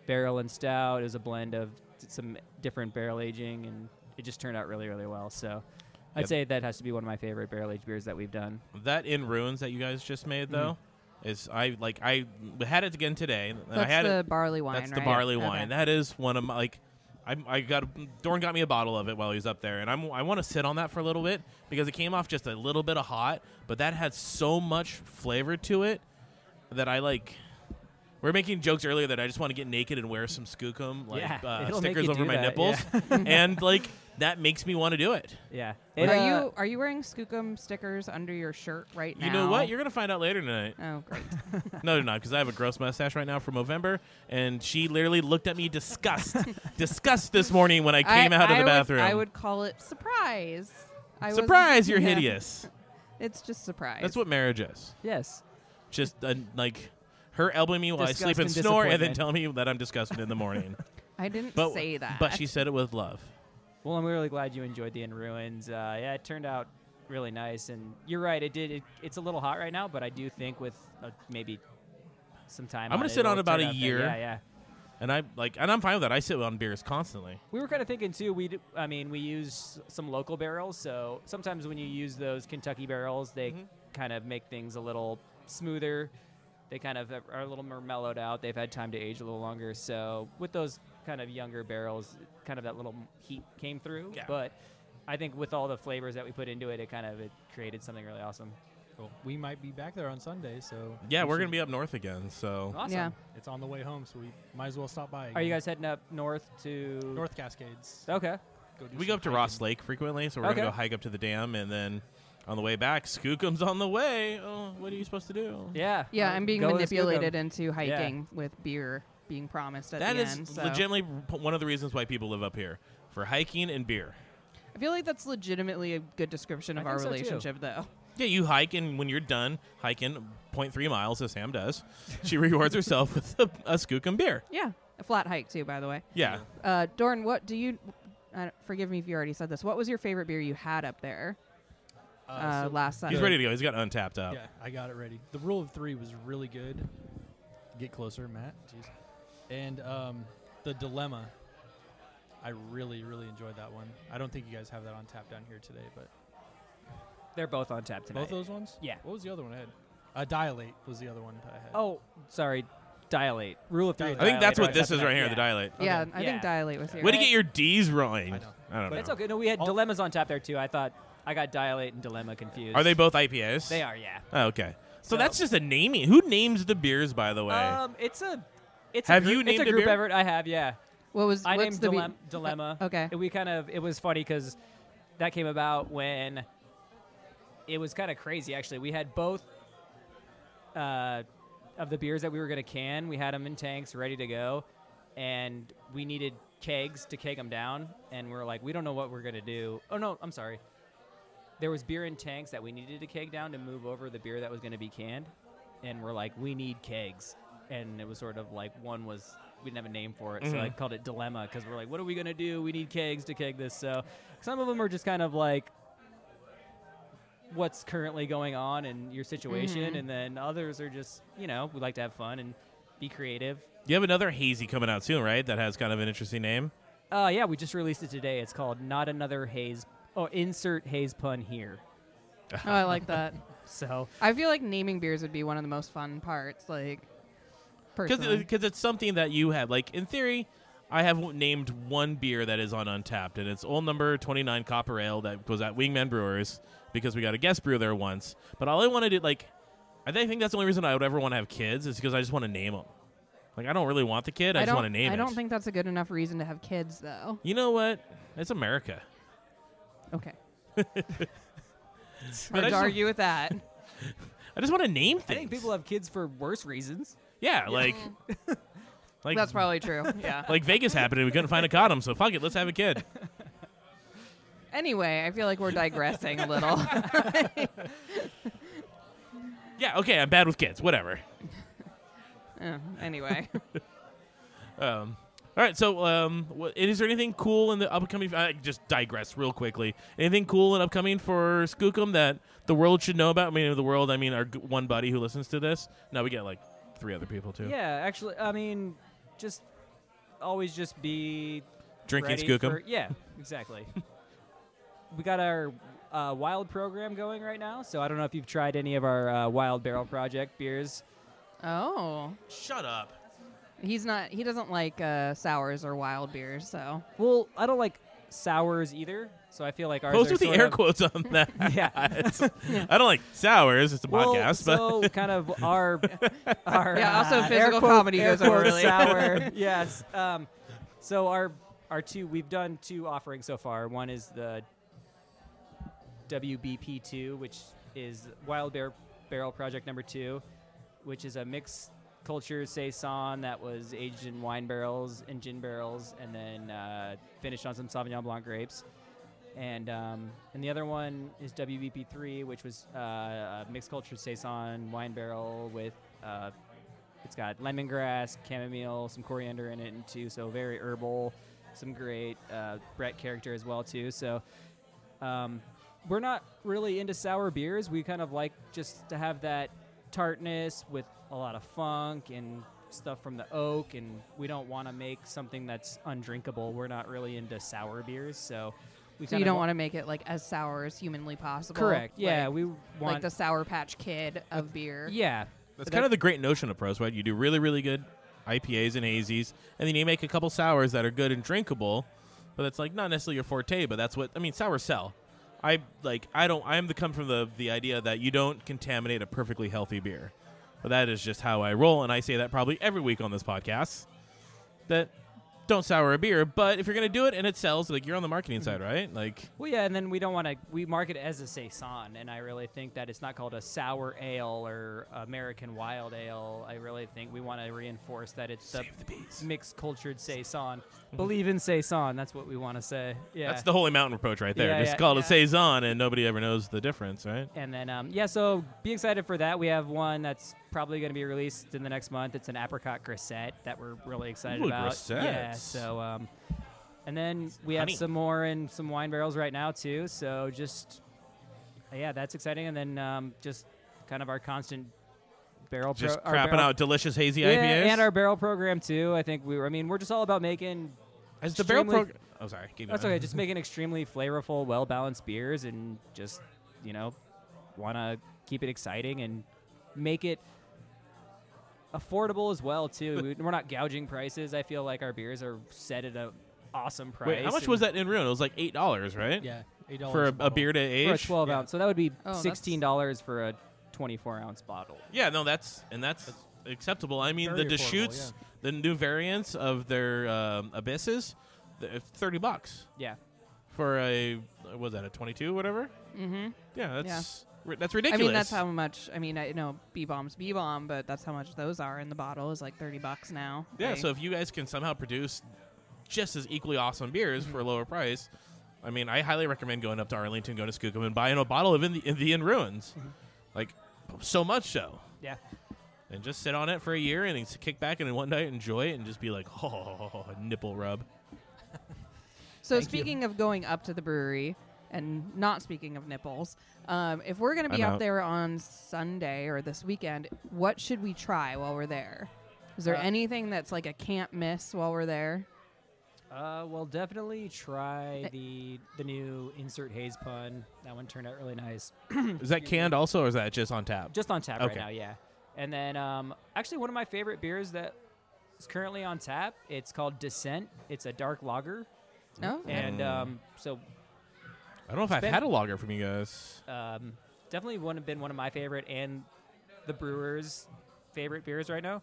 C: barrel and stout. It was a blend of t- some different barrel aging, and it just turned out really, really well. So. I'd
B: Yeah.
C: say that has to be one of my favorite barrel aged beers that we've done.
B: That in ruins that you guys just made though is I like I had it again today. And I
A: that's
B: had
A: the
B: it,
A: barley wine
B: that's the
A: right?
B: barley
A: Okay.
B: wine. That is one of my like. I, I got Dorn got me a bottle of it while he was up there, and I'm I want to sit on that for a little bit because it came off just a little bit of hot, but that had so much flavor to it that I like. We are making jokes earlier that I just want to get naked and wear some skookum like
C: Yeah,
B: uh,
C: it'll make
B: stickers
C: you
B: over
C: do
B: my
C: that,
B: nipples, and like that makes me want to do it.
C: Yeah. uh,
A: are you are you wearing skookum stickers under your shirt right now
B: You know what? You're gonna find out later tonight.
A: oh great
B: No, they're not, because I have a gross mustache right now from November, and she literally looked at me disgust, disgust this morning when I came out of the
A: would-
B: bathroom.
A: I would call it surprise. I wasn't-
B: Surprise! You're
A: Yeah.
B: hideous.
A: It's just surprise.
B: That's what marriage is.
C: Yes.
B: Just uh, like her elbowing me while
C: Disgust
B: I sleep and
C: and
B: snore, and then
C: disappointment.
B: telling me that I'm disgusted in the morning.
A: I didn't
B: But
A: say that.
B: But she said it with love.
C: Well, I'm really glad you enjoyed the In Ruins. Uh, yeah, it turned out really nice, and you're right. It did. It, it's a little hot right now, but I do think with uh, maybe some time.
B: I'm gonna
C: on it,
B: sit on
C: it'll
B: about
C: turn
B: a
C: out fa-
B: year.
C: Yeah, yeah.
B: And I like, and I'm fine with that. I sit on beers constantly.
C: We were kind of thinking too. We, d- I mean, we use some local barrels, so sometimes when you use those Kentucky barrels, they kind of make things a little smoother. They kind of are a little more mellowed out. They've had time to age a little longer. So with those kind of younger barrels, kind of that little m- heat came through.
B: Yeah.
C: But I think with all the flavors that we put into it, it kind of it created something really awesome.
D: Well, we might be back there on Sunday, so
B: Yeah,
D: we
B: we're
D: should-
B: gonna be up north again, so
C: Awesome.
A: Yeah.
D: It's on the way home, so we might as well stop by.
C: Are you
D: again.
C: guys heading up north to
D: North Cascades?
C: Okay.
D: Go do
B: we
D: some
B: go up to
D: hiking.
B: Ross Lake frequently. So we're
C: Okay.
B: gonna go hike up to the dam, and then on the way back, Skookum's on the way. Oh, what are you supposed to do?
C: Yeah.
A: Yeah,
C: Uh,
A: I'm being
C: go to Skookum.
A: manipulated into hiking with beer being promised at
B: That
A: the
B: is
A: end. so-
B: legitimately p- one of the reasons why people live up here for hiking and beer.
A: I feel like that's legitimately a good description of
C: I
A: our
C: think so, too.
A: relationship, though.
B: Yeah, you hike, and when you're done hiking 0.3 miles, as Sam does, she rewards herself with a, a skookum beer.
A: Yeah, a flat hike too, by the way.
B: Yeah.
A: Uh, Dorn, what do you? Uh, forgive me if you already said this. What was your favorite beer you had up there
D: Uh,
A: uh,
D: so-
A: last time?
B: He's ready to go. He's got untapped up.
D: Yeah, I got it ready. The rule of three was really good. Get closer, Matt. Jeez. And um, the dilemma. I really, really enjoyed that one. I don't think you guys have that on tap down here today, but
C: They're both on tap tonight.
D: both those ones.
C: Yeah.
D: What was the other one I had? Uh, dilate was the other one that I had.
C: Oh, sorry. Dilate. Rule of three.
D: Dilate.
B: I think that's
C: dilate
B: what
C: on
B: this
C: tap
B: is right
C: tonight.
B: here,
C: Yeah.
B: the dilate.
A: Yeah,
D: Okay.
A: I
C: Yeah.
A: think dilate was here.
B: Way to get your D's rolling.
D: I know.
B: I don't know.
C: But it's okay. No, we had
D: All-
C: dilemmas on tap there too. I thought I got dilate and dilemma confused.
B: Are they both IPAs?
C: They are. Yeah.
B: Oh, okay. So,
C: So-
B: that's just a naming. Who names the beers, by the way?
C: Um, it's a. It's
B: Have
C: a
B: you
C: group,
B: named
C: it's
B: a
C: a group
B: beer?
C: effort. I have. Yeah.
A: What was?
C: I
A: what's
C: named
A: the be-
C: dilem- dilemma.
A: Uh, okay.
C: And we kind of it was funny because that came about when it was kind of crazy. Actually, we had both uh, of the beers that we were going to can. We had them in tanks ready to go, and we needed kegs to keg them down. And we are like, we don't know what we're going to do. Oh no, I'm sorry. There was beer in tanks that we needed to keg down to move over the beer that was going to be canned, and we're like, we need kegs. And it was sort of like one was we didn't have a name for it, so I called it dilemma because we're like, what are we going to do? We need kegs to keg this. So some of them are just kind of like what's currently going on in your situation, and then others are just you know we like to have fun and be creative.
B: you have another hazy coming out soon, right? That has kind of an interesting name.
C: Uh, yeah, we just released it today. It's called Not Another Haze. Oh, insert haze pun here.
A: oh, I like that.
C: So
A: I feel like naming beers would be one of the most fun parts. Like,
C: uh,
A: personally,
B: Because it's something that you have. Like, in theory, I have w- named one beer that is on Untapped, and it's old number 29 Copper Ale that was at Wingman Brewers because we got a guest brew there once. But all I want to do, like, I thi- think that's the only reason I would ever want to have kids is because I just want to name them. Like, I don't really want the kid. I, just
A: don't.
B: want to name
A: I
B: it.
A: don't think that's a good enough reason to have kids, though.
B: you know what? It's America.
A: Okay.
B: I
A: Hard
B: just-
A: to argue with that.
B: I just want to name
C: I
B: things.
C: think people have kids for worse reasons.
B: yeah, like, like
A: That's probably true. Yeah.
B: like Vegas happened and we couldn't find a condom, so fuck it, let's have a kid.
A: Anyway, I feel like we're digressing a little.
B: Yeah, okay, I'm bad with kids. Whatever.
A: Uh, anyway,
B: Um, all right, so um, wha- is there anything cool in the upcoming? I just digress real quickly. Anything cool and upcoming for Skookum that the world should know about? I mean, the world. I mean, our g- one buddy who listens to this. No, we get like three other people too.
C: Yeah, actually, I mean, just always just be
B: Drinking
C: ready
B: Skookum.
C: for- Yeah, exactly. we got our uh, wild program going right now, so I don't know if you've tried any of our uh, wild barrel project beers.
A: oh,
B: Shut up.
A: he's not. He doesn't like uh, sours or wild beers. So
C: Well, I don't like sours either, so I feel like ours
B: Those
C: are
B: are the
C: sort
B: air
C: of,
B: quotes on that.
C: Yeah.
B: I don't like sours. It's a
C: Well,
B: podcast, but
C: so kind of our, our
A: Yeah, also
C: uh, air
A: physical
C: quote-
A: comedy
C: air
A: goes over
C: quote
A: really-
C: sour. yes. Um, so our our two we've done two offerings so far. One is the WBP two, which is Wild Bear Barrel Project Number Two, which is a mixed culture saison that was aged in wine barrels and gin barrels, and then uh, finished on some Sauvignon Blanc grapes. And um, and the other one is WBP three, which was uh, a mixed culture saison wine barrel with uh, it's got lemongrass, chamomile, some coriander in it, and too. So very herbal, some great uh, Brett character as well too. So um, we're not really into sour beers. We kind of like just to have that tartness with a lot of funk and stuff from the oak, and we don't want to make something that's undrinkable. We're not really into sour beers, so we
A: so
C: kind
A: you
C: of
A: don't
C: wa-
A: want to make it like as sour as humanly possible.
C: correct. Yeah,
A: Like,
C: we want
A: like the Sour Patch Kid of beer.
C: yeah.
B: That's kind of the great notion of pros, right? You do really, really good IPAs and hazies, and then you make a couple sours that are good and drinkable, but that's like not necessarily your forte. But that's what I mean. Sours sell. I like. I don't. I'm the come from the the idea that you don't contaminate a perfectly healthy beer. But that is just how I roll, and I say that probably every week on this podcast. That don't sour a beer, but if you're gonna do it and it sells, like you're on the marketing side,
C: Mm-hmm.
B: right? Like
C: Well, yeah, and then we don't want to. We market it as a saison, and I really think that it's not called a sour ale or American wild ale. I really think we want to reinforce that it's the, mixed cultured saison. Believe in saison. That's what we want to say. Yeah.
B: that's the holy mountain approach right there.
C: Yeah,
B: Just
C: yeah,
B: call it a
C: yeah.
B: saison, and nobody ever knows the difference, right?
C: and then um, yeah, so be excited for that. We have one that's probably going to be released in the next month. It's an apricot grisette that we're really excited
B: Ooh,
C: about. Yeah.
B: grisettes.
C: So um, and then we
B: Honey.
C: have some more in some wine barrels right now too. So just yeah, that's exciting. And then um, just kind of our constant barrel pro-
B: Just
C: our
B: crapping
C: barrel-
B: out delicious hazy
C: Yeah,
B: IPAs.
C: and our barrel program too. I think we were. I mean, we're just all about making
B: As the barrel
C: extremely-
B: program. Oh, sorry. Keep
C: that's
B: going.
C: okay. Just making extremely flavorful, well balanced beers, and just you know, want to keep it exciting and make it affordable as well too. We- We're not gouging prices. I feel like our beers are set at a awesome price.
B: Wait, how much was
C: and-
B: that in Rune? It was like eight dollars, right?
D: Yeah, eight dollars
B: For a, a beer to age.
C: for a twelve
D: Yeah.
C: ounce? So that would be
A: Oh, that's-
C: sixteen dollars for a twenty four ounce bottle.
B: Yeah, no, that's and that's, acceptable. I mean, the
D: very affordable,
B: Deschutes, the new variants of their um, abysses, th- it's thirty bucks
C: Yeah.
B: for a was that a twenty-two, whatever.
A: Mm-hmm.
B: Yeah,
A: Yeah.
B: that's ri- that's
A: I
B: ridiculous.
A: mean, that's how much. I mean, I know B bombs, B bomb, but that's how much those are in the bottle is like thirty bucks now.
B: Yeah,
A: Like,
B: so if you guys can somehow produce just as equally awesome beers for a
C: Mm-hmm.
B: lower price, I mean, I highly recommend going up to Arlington, going to Skookum, and buying a bottle of in the in, the in ruins,
C: Mm-hmm.
B: like so much so,
C: Yeah.
B: and just sit on it for a year and s- kick back and one night enjoy it and just be like, oh, nipple rub.
A: So
D: Thank you.
A: speaking of going up to the brewery and not speaking of nipples, um, if we're going to be
B: I'm
A: out
B: out.
A: there on Sunday or this weekend, what should we try while we're there? Is there
C: Uh,
A: anything that's like a can't miss while we're there?
C: Uh, well, definitely try
A: Uh,
C: the the new insert haze pun. That one turned out really nice.
B: Is that canned also, or is that just on tap?
C: Just on tap
B: Okay.
C: right now, yeah. And then um, actually one of my favorite beers that is currently on tap. It's called Descent. It's a dark lager,
A: No.
C: and um, so
B: I don't know if I've
C: Spend-
B: had a lager from you guys.
C: um, definitely one been one of my favorite and the brewers' favorite beers right now.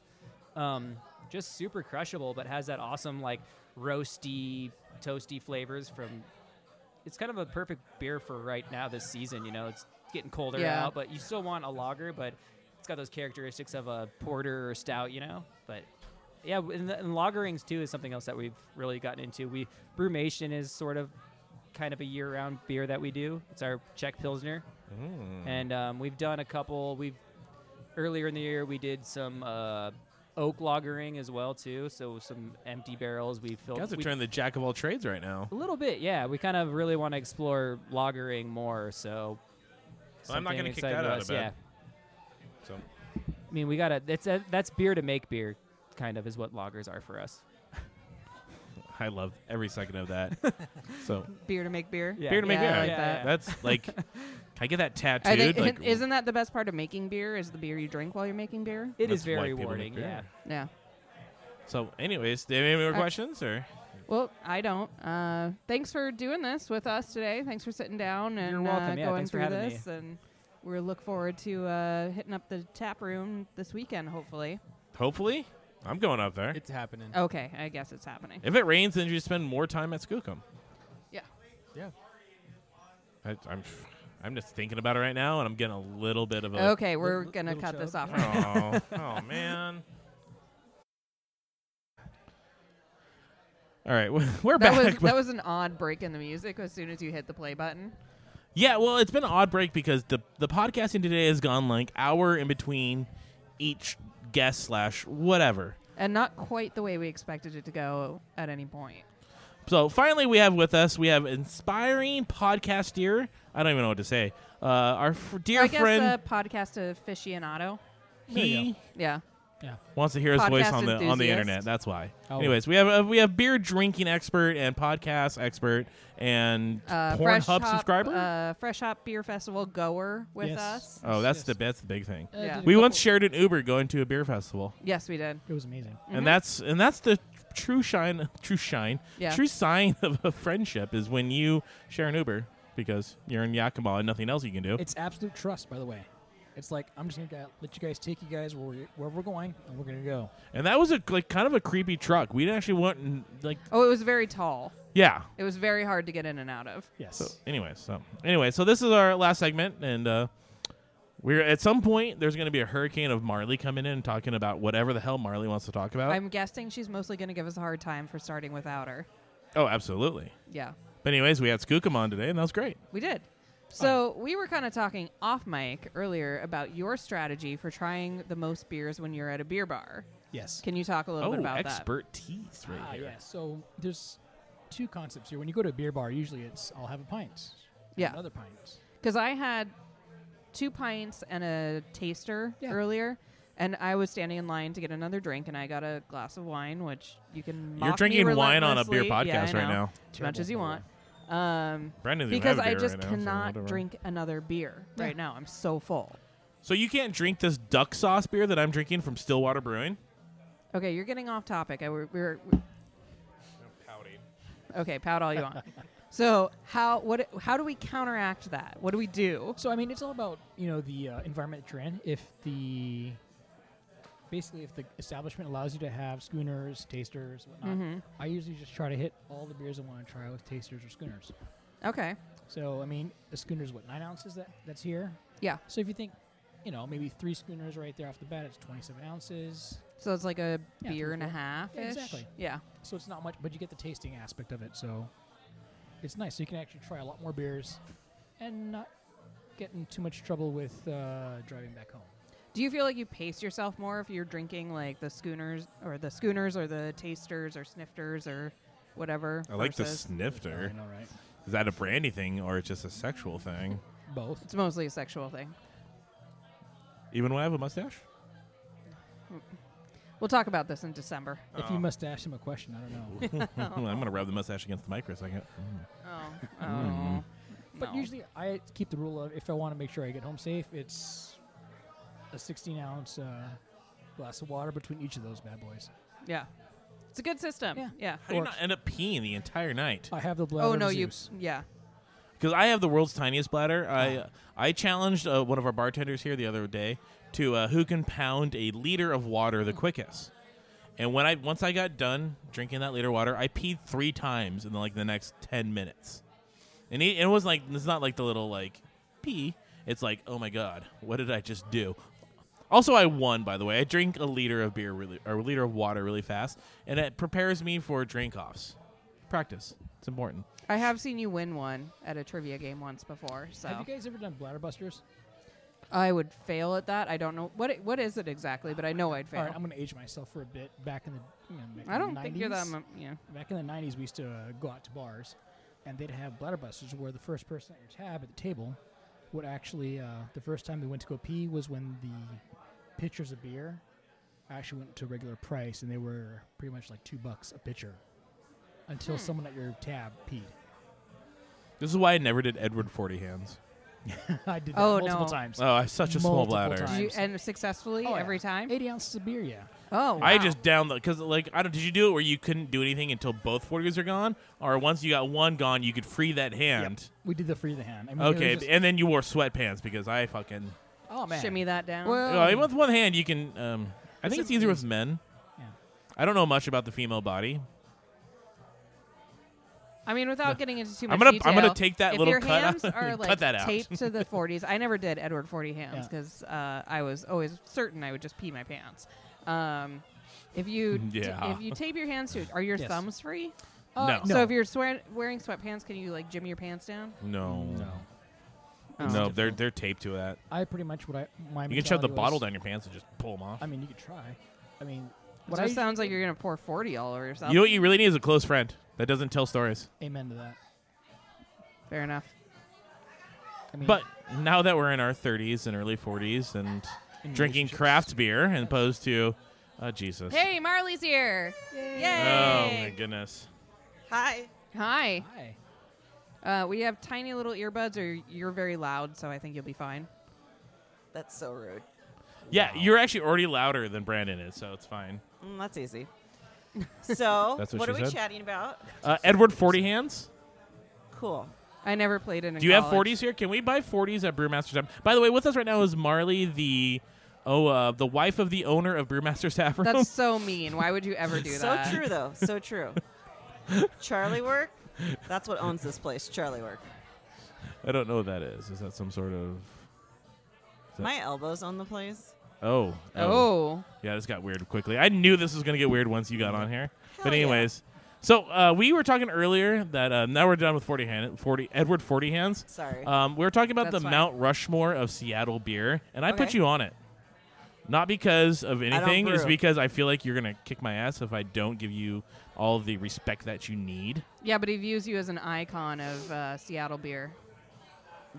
C: Um, just super crushable, but has that awesome like roasty, toasty flavors from. It's kind of a perfect beer for right now this season. You know, it's getting colder
A: Yeah.
C: out, but you still want a lager, but it's got those characteristics of a porter or stout. You know, but yeah, w- and, the, and lagerings too is something else that we've really gotten into. We brewmation is sort of kind of a year-round beer that we do. It's our Czech Pilsner
B: Mm.
C: and um, we've done a couple. We've earlier in the year we did some uh, oak lagering as well too. So some empty barrels we
B: You
C: filled.
B: guys are
C: we-
B: turning the jack of all trades right now.
C: a little bit, yeah. We kind of really want to explore lagering more. So
B: Well, I'm not
C: something
B: gonna kick
C: exciting
B: that
C: to
B: out of
C: us,
B: bed.
C: Yeah,
B: So
C: I mean we gotta. That's a, that's beer to make beer, kind of is what lagers are for us.
B: I love every second of that. so
A: beer to make beer.
C: Yeah.
B: beer to make
A: Yeah, I
B: beer.
A: like
C: Yeah,
A: that.
C: yeah.
B: That's like, can I get that tattooed?
A: I think
B: like,
A: isn't that the best part of making beer? Is the beer you drink while you're making beer?
C: It is
B: That's why
C: very
B: people make
C: rewarding.
B: beer.
C: Yeah.
A: Yeah.
B: So, anyways, do you have any more
A: Uh,
B: questions or?
A: Well, I don't. Uh, thanks for doing this with us today. Thanks for sitting down and
C: You're welcome.
A: Uh,
C: Yeah,
A: going
C: thanks for
A: through
C: having me.
A: this. And we look forward to uh, hitting up the tap room this weekend, hopefully.
B: Hopefully, I'm going up there.
D: It's happening.
A: Okay, I guess it's happening.
B: if it rains, then you spend more time at Skookum.
A: Yeah.
D: Yeah.
B: I, I'm, I'm just thinking about it right now, and I'm getting a little bit of a.
A: Okay, we're
D: little-
A: gonna
D: little
A: cut this off.
D: chub.
B: Oh, oh man. All right, we're we're
A: That
B: back.
A: was that was an odd break in the music as soon as you hit the play button.
B: Yeah, well, it's been an odd break because the the podcasting today has gone like hour in between each guest slash whatever.
A: And not quite the way we expected it to go at any point.
B: So finally, we have with us we have inspiring podcasteer. I don't even know what to say. Uh, our f- dear
A: I guess
B: friend,
A: uh, podcast aficionado.
D: There you
B: he
A: Yeah.
B: wants to hear his voice
A: Podcast
B: on the on the
A: enthusiast.
B: internet. That's why.
D: Oh.
B: Anyways, we have uh, we have beer drinking expert and podcast expert and
A: Uh, Fresh
B: Pornhub
A: Hop,
B: subscriber.
A: Uh, Fresh Hop Beer Festival goer with
D: Yes.
A: us.
B: oh, that's
D: Yes.
B: the that's the big thing.
A: Yeah.
E: did a
B: We once
E: couple-
B: shared an Uber going to a beer festival.
A: Yes, we did.
E: It was amazing.
A: Mhm.
B: and that's and that's the true shine true shine
A: Yeah.
B: true sign of a friendship is when you share an uber because you're in yakima and nothing else you can do
E: It's absolute trust, by the way. It's like I'm just gonna let you guys take you guys where we- where we're going, and we're gonna go.
B: And that was a like kind of a creepy truck. We didn't actually want n- like
A: Oh, it was very tall.
B: yeah.
A: It was very hard to get in and out of.
E: Yes.
B: So anyway, so anyway, so this is our last segment, and uh, we're at some point there's going to be a hurricane of Marley coming in and talking about whatever the hell Marley wants to talk about.
A: I'm guessing she's mostly going to give us a hard time for starting without her.
B: oh, absolutely.
A: Yeah,
B: But anyways, we had Skookum on today, and that was great.
A: we did. So we were kind of talking off mic earlier about your strategy for trying the most beers when you're at a beer bar.
E: yes.
A: Can you talk a little bit
B: oh,
A: about
B: expertise right
E: Ah,
B: here.
E: yeah. So there's two concepts here. When you go to a beer bar, usually it's I'll have a pint. and
A: Yeah.
E: Another pint.
A: that? Because I had two pints and a taster
E: Yeah.
A: earlier, and I was standing in line to get another drink, and I got a glass of wine, which you can.
B: You're
A: mock me
B: drinking wine on a beer
A: relentlessly.
B: podcast
A: Yeah, I know.
B: right now.
A: as much
E: Terrible
A: as you
E: for
A: want. Um,
B: Brandon's even
A: because
B: have a
A: I
B: beer
A: just
B: right now, so
A: cannot
B: whatever.
A: drink another beer
E: Yeah.
A: right now. I'm so full.
B: So you can't drink this duck sauce beer that I'm drinking from Stillwater Brewing.
A: Okay, you're getting off topic. I were, we were okay. Pout all you want. so how what how do we counteract that? What do we do?
E: So I mean, it's all about you know the uh, environment that you're in. If the basically if the establishment allows you to have schooners, tasters, whatnot,
A: Mhm.
E: I usually just try to hit all the beers I want to try with tasters or schooners.
A: Okay,
E: So I mean, a schooner's what nine ounces that that's here.
A: Yeah.
E: So if you think, you know, maybe three schooners right there off the bat, it's twenty-seven ounces.
A: so it's like a
E: Yeah,
A: beer
E: three,
A: and a
E: four.
A: half.
E: Yeah, exactly.
A: Yeah.
E: So it's not much, but you get the tasting aspect of it. So it's nice. So you can actually try a lot more beers, and not get in too much trouble with uh, driving back home.
A: Do you feel like you pace yourself more if you're drinking like the schooners or the schooners or the tasters or snifters or whatever?
B: I like the
A: versus-
B: snifter.
E: I know, right?
B: Is that a brandy thing or it's just a sexual thing?
E: Both.
A: It's mostly a sexual thing.
B: Even when I have a mustache?
A: We'll talk about this in December.
E: If you mustache him a question, I don't know.
B: I'm going to rub the mustache against the mic for a second.
A: Oh,
B: Mm.
A: oh.
E: but
A: no.
E: usually, I keep the rule of if I want to make sure I get home safe, it's a 16 ounce uh, glass of water between each of those bad boys.
A: yeah, it's a good system.
E: Yeah.
A: yeah.
B: How do you
E: Or-
B: not end up peeing the entire night?
E: I have the blood.
A: Oh
E: of
A: no, you.
E: Zeus.
A: Yeah.
B: Because I have the world's tiniest bladder. I I challenged uh, one of our bartenders here the other day to uh, who can pound a liter of water the quickest. And when I once I got done drinking that liter of water, I peed three times in like the next ten minutes. And he, it was like it's not like the little like pee. It's like oh my god, what did I just do? Also, I won by the way. I drink a liter of beer really or a liter of water really fast, and it prepares me for drink offs. Practice. It's important.
A: I have seen you win one at a trivia game once before,
E: Have
A: so
E: you guys ever done bladder busters?
A: I would fail at that. I don't know what it, what is it exactly, but I know I'd fail.
E: All right, I'm going to age myself for a bit. Back in the, you know, back in
A: I don't
E: the
A: think you're that.
E: 90s.
A: mu- yeah.
E: Back in the 90s, we used to uh, go out to bars, and they'd have bladder busters where the first person at your tab at the table would actually, uh, the first time they went to go pee was when the pitchers of beer actually went to regular price, and they were pretty much like two bucks a pitcher until
A: Hmm.
E: someone at your tab peed.
B: This is why I never did Edward Forty Hands.
E: I did that
A: Oh,
E: multiple
A: no.
E: times.
B: Oh, I have such a small
E: Multiple
B: bladder.
E: times.
A: Did you
E: times.
A: and successfully
E: Oh, yeah.
A: every time?
E: 80 ounces of beer, yeah.
A: oh, wow.
B: I just down the because like I don't. Did you do it where you couldn't do anything until both forties are gone, or once you got one gone, you could free that hand?
E: We did the free the hand. I mean, it was
B: Okay,
E: just-
B: and then you wore sweatpants because I fucking.
E: oh, man.
A: shimmy that down.
E: Well,
B: Well, with one hand you can. Um, I
E: It's
B: think it's
E: a-
B: easier with men.
E: Yeah.
B: I don't know much about the female body.
A: I mean, without getting into too much
B: I'm gonna-
A: detail,
B: I'm gonna take that
A: if
B: little
A: your
B: cut
A: hands
B: out-
A: are
B: cut
A: like
B: that out.
A: taped to the 40s. I never did Edward 40 hands
E: Yeah.
A: because uh, I was always certain I would just pee my pants. Um, if you t-
B: Yeah.
A: if you tape your hands to, it, are your
E: Yes.
A: thumbs free? Uh,
B: No.
A: So
E: No.
A: if you're swear- wearing sweatpants, can you like jimmy your pants down?
B: No,
E: No.
A: Oh.
B: no, they're they're taped to that.
E: I pretty much what I my
B: You can shove the
E: mentality was-
B: bottle down your pants and just pull them off.
E: I mean, you could try. I mean,
A: What
E: what I
A: sounds like you're gonna pour 40 all over yourself.
B: You know what you really need is a close friend that doesn't tell stories.
E: amen to that.
A: Fair enough.
E: I mean,
B: But now that we're in our 30s and early 40s and
E: in
B: drinking
E: relationships-
B: craft beer as opposed to uh, Jesus.
A: Hey, Marley's here. Yay!
B: Oh my goodness.
F: Hi.
A: Hi.
E: Hi.
A: Uh, we have tiny little earbuds, or you're very loud, so I think you'll be fine.
F: That's so rude.
B: Yeah, you're actually already louder than Brandon is, so it's fine.
F: Mm, that's easy. So,
B: That's what
F: what, are
B: she
F: we
B: said.
F: chatting about?
B: Uh, Edward Forty Hands.
F: Cool.
A: I never played it. In
B: Do you have
A: college.
B: 40s here? Can we buy 40s at Brewmaster's Tavern? By the way, with us right now is Marley, the oh, uh, the wife of the owner of Brewmaster's Tavern.
A: That's so mean. Why would you ever do
F: So
A: that?
F: true, though. So true. Charlie Work. That's what owns this place. Charlie Work.
B: I don't know what that is. Is that some sort of? that-
F: My elbows own the place.
B: Oh,
A: Oh,
B: yeah. This got weird quickly. I knew this was gonna get weird once you got on here.
F: Hell
B: but
F: yeah.
B: anyways, so uh, we were talking earlier that uh, now we're done with 40 hand 40 Edward 40 hands.
F: Sorry.
B: Um, we were talking about
A: That's
B: the
A: fine.
B: Mount Rushmore of Seattle beer, and I put
F: Okay.
B: you on it. Not because of anything, is
F: brew.
B: because I feel like you're gonna kick my ass if I don't give you all the respect that you need.
A: yeah, but he views you as an icon of uh, Seattle beer.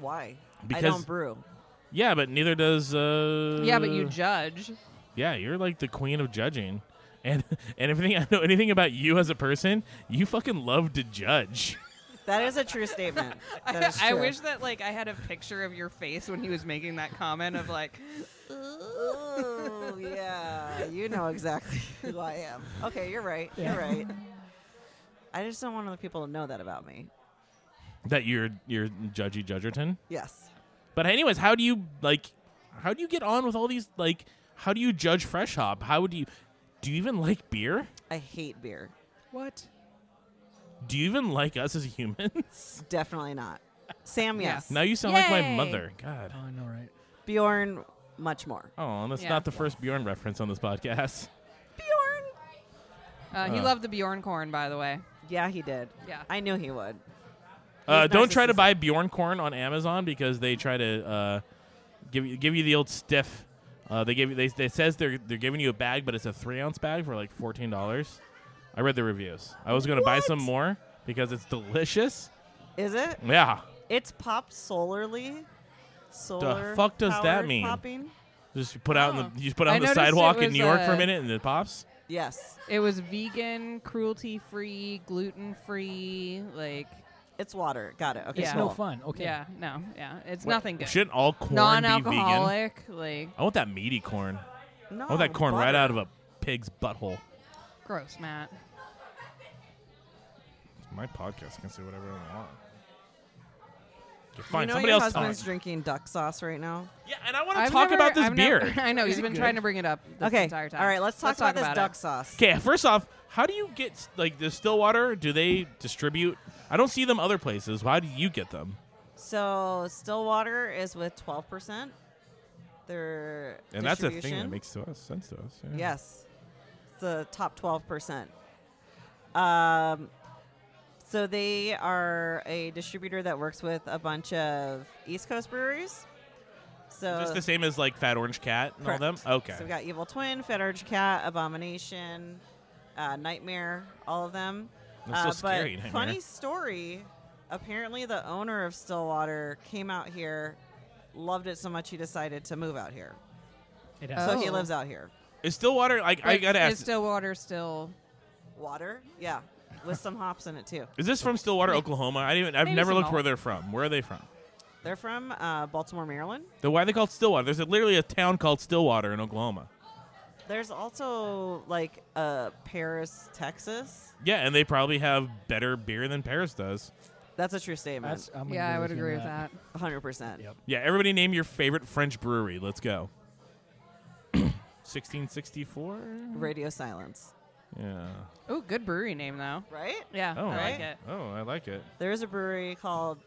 F: Why? I
B: because-
F: don't brew.
B: Yeah, but neither does. Uh,
A: yeah, but you judge.
B: Yeah, you're like the queen of judging. And and everything I know anything about you as a person, you fucking love to judge.
F: That is a true statement. That
A: I,
F: is
A: I
F: true.
A: wish that like I had a picture of your face when he was making that comment of like,
F: Ooh, yeah, you know exactly who I am. Okay, you're right. You're right. I just don't want other people to know that about me.
B: That you're you're judgy judgerton.
F: Yes.
B: But anyways, how do you like how do you get on with all these like how do you judge fresh hop? How do you do you even like beer?
F: I hate beer.
A: what?
B: Do you even like us as humans?
F: Definitely not. Sam,
A: Yeah.
F: yes.
B: now you sound like my
A: Yay.
B: mother. God.
E: I know, right?
F: Bjorn, much more.
B: Oh, that's
A: Yeah.
B: not the first Bjorn reference on this podcast.
F: Bjorn.
A: Uh, he
B: Uh.
A: loved the Bjorn corn, by the way.
F: Yeah, he did.
A: Yeah.
F: I knew he would.
B: Uh,
F: He's
B: don't try to
F: narcissistic.
B: buy Bjorn corn on Amazon because they try to uh, give you give you the old stiff. Uh, they give you they, they says they're they're giving you a bag, but it's a three ounce bag for like fourteen dollars. I read the reviews. I was gonna buy some more because it's delicious.
F: Is it?
B: Yeah,
F: It's popped solarly. Solar.
B: fuck does that
F: powered
B: mean?
F: Popping?
B: just put out in
A: Oh.
B: the you just put
A: I
B: out on the
A: noticed it
B: sidewalk in
A: was,
B: New York for
A: uh,
B: a minute and it pops.
F: Yes.
A: It was vegan, cruelty free, gluten free. Like,
F: It's water. Got it. Okay.
E: It's
A: Yeah.
E: no
F: cool.
E: fun. Okay.
A: yeah, no, yeah, it's nothing good.
B: Shouldn't all corn be vegan?
A: Non-alcoholic, Oh, like,
B: I want that meaty corn.
F: No,
B: I want Oh, that corn right
F: butter.
B: out of a pig's butthole.
A: gross, Matt.
B: It's my podcast. I can say whatever I want. You're fine.
F: You know
B: Somebody
F: your
B: else
F: husband's
B: talk.
F: drinking duck sauce right now.
B: Yeah, and I want to
A: I've
B: talk
A: never-
B: about this
A: I've
B: beer.
A: never- I know he's been trying to bring it up this
F: okay.
A: entire time.
F: All right. Let's talk about this duck
A: it.
F: sauce.
B: Okay, first off, how do you get s- like the Stillwater? Do they distribute? I don't see them other places. Why do you get them?
F: So Stillwater is with twelve percent. Their
B: And that's a thing that
F: distribution.
B: makes to us sense to us. Yeah.
F: Yes. It's the top 12%. Um, so they are a distributor that works with a bunch of East Coast breweries. So
B: Just the same as like Fat Orange Cat and all them.
F: Correct.
B: Okay.
F: So we've got Evil Twin, Fat Orange Cat, Abomination, uh, Nightmare, all of them.
B: That's so
F: Uh, but
B: scary, Nightmare.
F: Funny story. Apparently, the owner of Stillwater came out here, loved it so much he decided to move out here.
E: It has.
F: So he
A: Oh.
F: lives out here.
B: is Stillwater like I
A: But
B: gotta
A: is
B: ask?
A: Stillwater still?
F: Water, yeah, with some hops in it too.
B: is this from Stillwater, Oklahoma? I didn't. I've
A: Maybe
B: never
A: some
B: looked where
A: malt.
B: they're from. Where are they from?
F: They're from uh, Baltimore, Maryland.
B: Then why are they called Stillwater? There's a, literally a town called Stillwater in Oklahoma.
F: There's also like uh, Paris, Texas.
B: Yeah, and they probably have better beer than Paris does.
F: That's a true statement.
E: That's, I'm gonna
A: Yeah, I would
E: you on
A: agree with that.
F: 100%.
E: Yep.
B: Yeah, everybody name your favorite French brewery. Let's go. 1664?
F: Radio silence,
B: Yeah.
A: Oh, good brewery name though.
F: right?
A: Yeah,
B: Oh,
A: I like
F: right.
A: it.
B: Oh, I like it.
F: There is a brewery called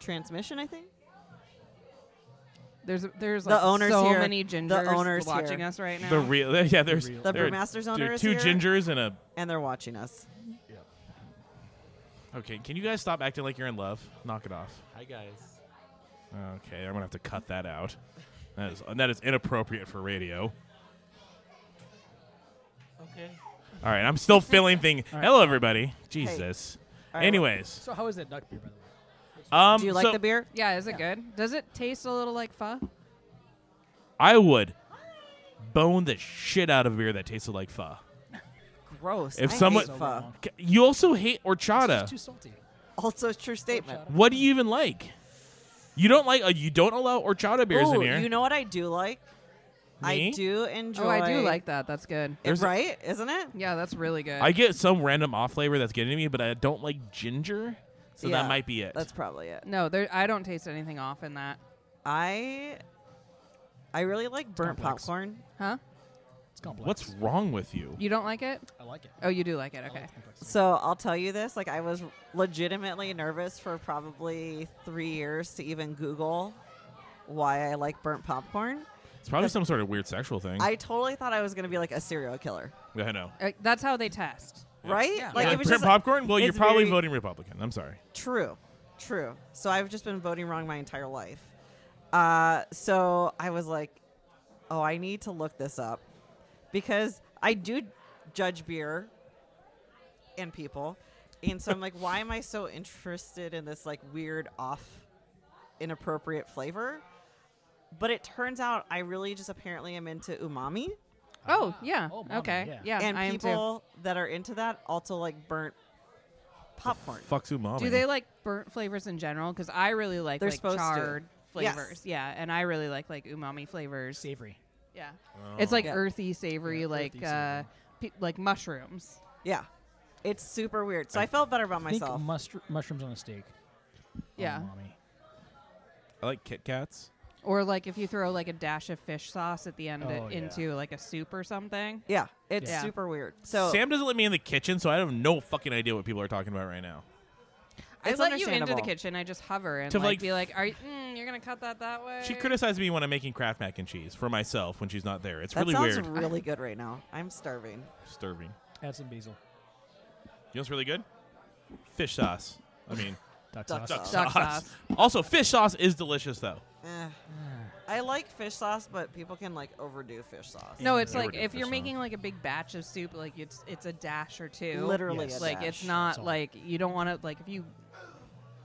F: Transmission, I think.
A: There's there's
F: The
A: like
F: owners
A: so
F: here.
A: many
F: The
A: gingers
F: owners
A: watching
F: here.
A: us right now.
B: The real, yeah. There's
E: real-
F: The
B: there are-
F: brewmaster's
B: there are
F: owner is
B: two
F: here,
B: gingers and a.
F: and they're watching us.
B: Okay, can you guys stop acting like you're in love? Knock it off.
G: Hi guys.
B: Okay, I'm gonna have to cut that out. That is that is inappropriate for radio.
G: Okay.
B: All right, I'm still filling thing.
E: right.
B: Hello, everybody. Jesus.
F: All right,
B: Anyways,
E: So how is that duck beer, by the way?
B: um,
F: Do you like
B: so
F: the beer?
A: yeah, is it good? Does it taste a little like pho?
B: I would bone the shit out of a beer that tasted like pho.
F: Gross.
B: If
F: I
B: someone-
F: hate
E: So
F: pho.
E: wrong.
B: C- You also hate
E: It's
B: horchata.
E: just too salty.
F: Also, true statement.
B: What do you even like? You don't like. Uh, you don't allow horchata beers in
F: Ooh,
B: here.
F: Oh, you know what I do like?
B: Me?
F: I do enjoy.
A: Oh, I do like that. That's good.
F: it,
B: There's a-
F: right? Isn't it?
A: Yeah, that's really good.
B: I get some random off flavor that's getting to me, but I don't like ginger. So
F: Yeah,
B: that might be it.
F: That's probably it.
A: No, there. I don't taste anything off in that.
F: I I really like burnt
E: complex.
F: popcorn.
A: Huh?
E: It's complex.
B: What's wrong with you?
A: You don't like it?
E: I like it.
A: Oh, you do like it.
E: I
A: Okay.
E: like complex.
F: So I'll tell you this: like I was legitimately nervous for probably three years to even Google why I like burnt popcorn.
B: It's probably some sort of weird sexual thing.
F: I totally thought I was going to be like a serial killer,
B: Yeah, I know.
A: Uh, that's how they test.
F: right?
A: Yeah.
F: Like
B: Yeah,
F: it was
B: burnt
F: just
B: popcorn? Well, you're
F: it's
B: probably
F: very-
B: voting Republican. I'm sorry.
F: True, true. So I've just been voting wrong my entire life. Uh, so I was like, oh, I need to look this up because I do judge beer and people, and so I'm like, why am I so interested in this like weird off, inappropriate flavor? But it turns out I really just apparently am into umami,
A: Oh yeah.
E: Oh, mommy,
A: okay.
E: yeah.
A: Yeah. I
F: and
A: am too.
F: people that are into that also like burnt popcorn.
B: Fuck umami.
A: Do they like burnt flavors in general? Because I really like
F: They're
A: like
F: supposed to.
A: charred
F: Yes.
A: flavors. Yeah, and I really like like umami flavors.
E: Savory.
A: Yeah.
B: Oh,
A: It's like
F: Yeah.
A: earthy, savory,
E: Yeah,
A: like
E: earthy,
A: uh,
E: savory.
A: pe- like mushrooms.
F: Yeah. It's super weird. So I, felt better about myself.
E: Think mustr- mushrooms on a steak. Oh,
A: Yeah.
E: Umami.
B: I like Kit Kats.
A: Or like if you throw like a dash of fish sauce at the end
E: Oh,
A: i-
E: yeah.
A: into like a soup or something.
F: yeah. It's
A: Yeah.
F: super weird. So
B: Sam doesn't let me in the kitchen, so I have no fucking idea what people are talking about right now.
A: I
F: It's
A: let you into the
F: understandable.
A: kitchen. I just hover and
B: To,
A: like,
B: like,
A: be like, "Are you, mm, you're gonna cut that that way?"
B: She criticizes me when I'm making Kraft mac and cheese for myself when she's not there. It's
F: that
B: really
F: sounds
B: weird.
F: really good right now. I'm starving.
B: Disturbing.
E: Add some basil.
B: You know what's really good? Fish sauce. I mean,
E: Duck, sauce.
F: Duck
B: duck
F: sauce.
A: Duck
B: sauce.
A: sauce.
B: Also, fish sauce is delicious, though.
F: Eh. I like fish sauce, but people can like overdo fish sauce.
A: No, it's
B: They were
A: like
B: doing
A: if
B: fish
A: you're
B: sauce.
A: making like a big batch of soup, like it's it's a dash or two.
F: literally
E: Yes.
F: a
A: like
F: dash.
A: it's not
E: all.
A: like you don't want to like if you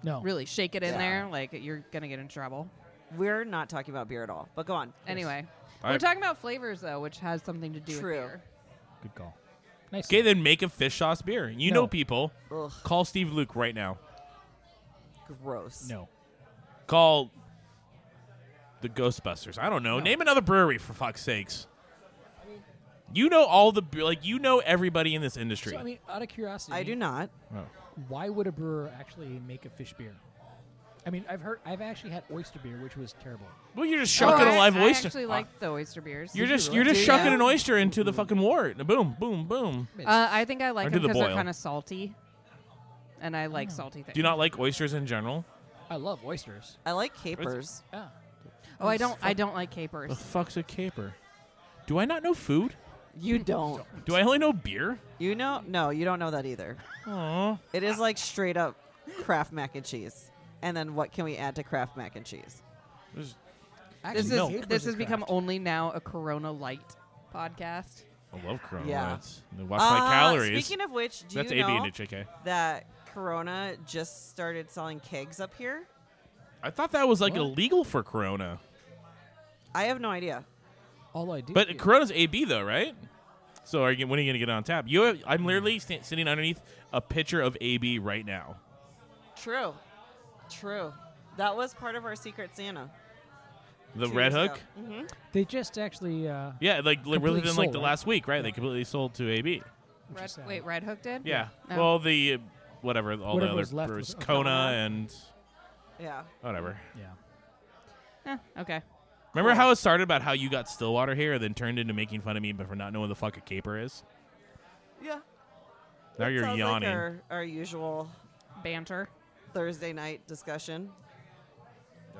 E: No.
A: really shake it in
F: Yeah.
A: there, like you're gonna get in trouble.
F: We're not talking about beer at all. But go on.
A: Anyway,
B: All
A: we're
B: right.
A: talking about flavors though, which has something to do
F: True.
A: with beer.
E: Good call. Nice.
B: Okay, then make a fish sauce beer. You
E: No.
B: know people.
F: Ugh,
B: Call Steve Luke right now.
F: gross.
E: No.
B: Call the Ghostbusters. I don't know. Name another brewery for fuck's sakes. You know all the be- like you know everybody in this industry.
E: So, I mean, out of curiosity,
F: I do not.
B: Oh.
E: why would a brewer actually make a fish beer? I mean, I've heard, I've actually had oyster beer, which was terrible.
B: Well, you're just
A: Oh,
B: shucking
A: I-
B: a live
A: I
B: oyster. Uh,
A: actually like the oyster beers.
B: you're just
A: really?
B: you're just
A: Do
B: shucking
A: you?
B: an oyster into the fucking wort. Boom, boom, boom.
A: Uh, I think I like
B: Or do
A: them
B: the
A: because they're
B: boil. Oh.
A: kind of salty, and I like salty things.
B: Do you not like oysters in general?
E: I love oysters.
F: I like capers.
E: Yeah.
A: Oh, I don't. I don't like capers.
B: fuck's a caper? Do I not know food?
F: You don't.
B: Do I only know beer?
F: You know? No, you don't know that either.
B: Aw.
F: It is like straight up Kraft mac and cheese. And then what can we add to Kraft mac and cheese?
A: This
B: There's-
E: Actually,
A: is
E: capers
A: this
E: are
A: has become
E: craft.
A: only now a Corona Light podcast.
B: I love Corona.
F: Yeah.
B: Lights. Watch my
F: Uh,
B: calories.
F: Speaking of which, do
B: That's
F: you
B: AB
F: know
B: and HK.
F: that Corona just started selling kegs up here?
B: I thought that was like
E: What?
B: illegal for Corona,
F: I have no idea.
E: All I do.
B: but
E: is-
B: Corona's AB though, right? So are you, when are you gonna get on tap? You, I'm literally
F: Hmm.
B: sta- sitting underneath a picture of AB right now.
F: True. True. That was part of our Secret Santa.
B: The Red Hook.
F: hmm
E: they just actually. Uh,
B: Yeah, like li-
E: Completely
B: within like
E: sold,
B: the
E: right?
B: last week, right? They completely sold to AB.
E: Which
A: Red,
E: is sad.
A: wait, Red Hook did?
B: Yeah.
A: Oh.
B: Well, the uh, whatever all
E: Whatever
B: the
E: was
B: other
E: left
B: brews,
E: was- oh, of
B: Kona
F: Kona.
B: and
F: Yeah.
B: whatever.
E: yeah.
A: Eh, okay.
B: Remember
F: Cool.
B: how it started about how you got Stillwater here, and then turned into making fun of me, but for not knowing the fuck a caper is.
F: Yeah.
B: Now you're
F: Sounds
B: yawning.
F: Like our, our usual
A: Banter.
F: Thursday night discussion.
B: Oh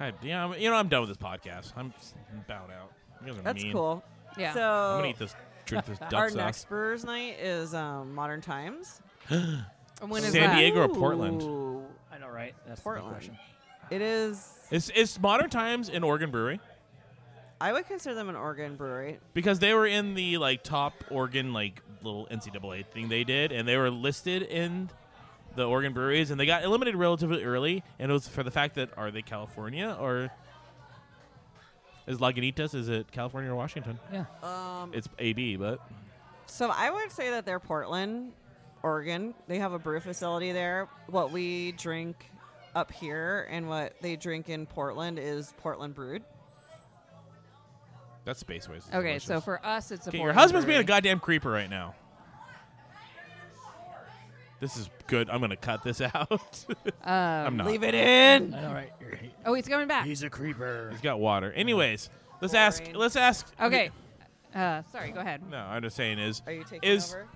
B: yeah. I, yeah, I'm, you know I'm done with this podcast. I'm s- bowed out. You guys are
F: That's
B: mean.
F: cool.
A: Yeah.
F: So
B: I'm gonna eat this, drink this duck
F: our
B: sauce.
F: next Brewers night is um, Modern Times.
A: and when is
B: San
A: that?
B: Diego or Portland?
F: Ooh.
E: I know, right? That's
F: the big Portland. question. It is.
B: It's it's Modern Times in Oregon Brewery
F: I would consider them an Oregon brewery.
B: because they were in the like top Oregon like little NCAA thing they did, and they were listed in the Oregon breweries, and they got eliminated relatively early, and it was for the fact that are they California or is Lagunitas is it California or Washington?
E: Yeah.
F: Um,
B: It's AB, but
F: So I would say that they're Portland, Oregon. They have a brew facility there. What we drink up here and what they drink in Portland is Portland brewed.
B: that's Spaceways. It's
A: Okay, so
B: delicious.
A: for us, it's a.
B: Okay, your
A: Portland
B: husband's
A: brewery.
B: being a goddamn creeper right now. This is good. I'm gonna cut this out.
A: Um,
B: I'm not.
F: Leave it in.
E: All right.
A: Oh, he's coming back.
E: He's a creeper.
B: He's got water. Anyways, let's ask.
F: Boring.
B: Let's ask.
A: Okay. Uh, sorry, go ahead.
B: No, I'm just saying is
F: Are you taking
B: Is-
F: over?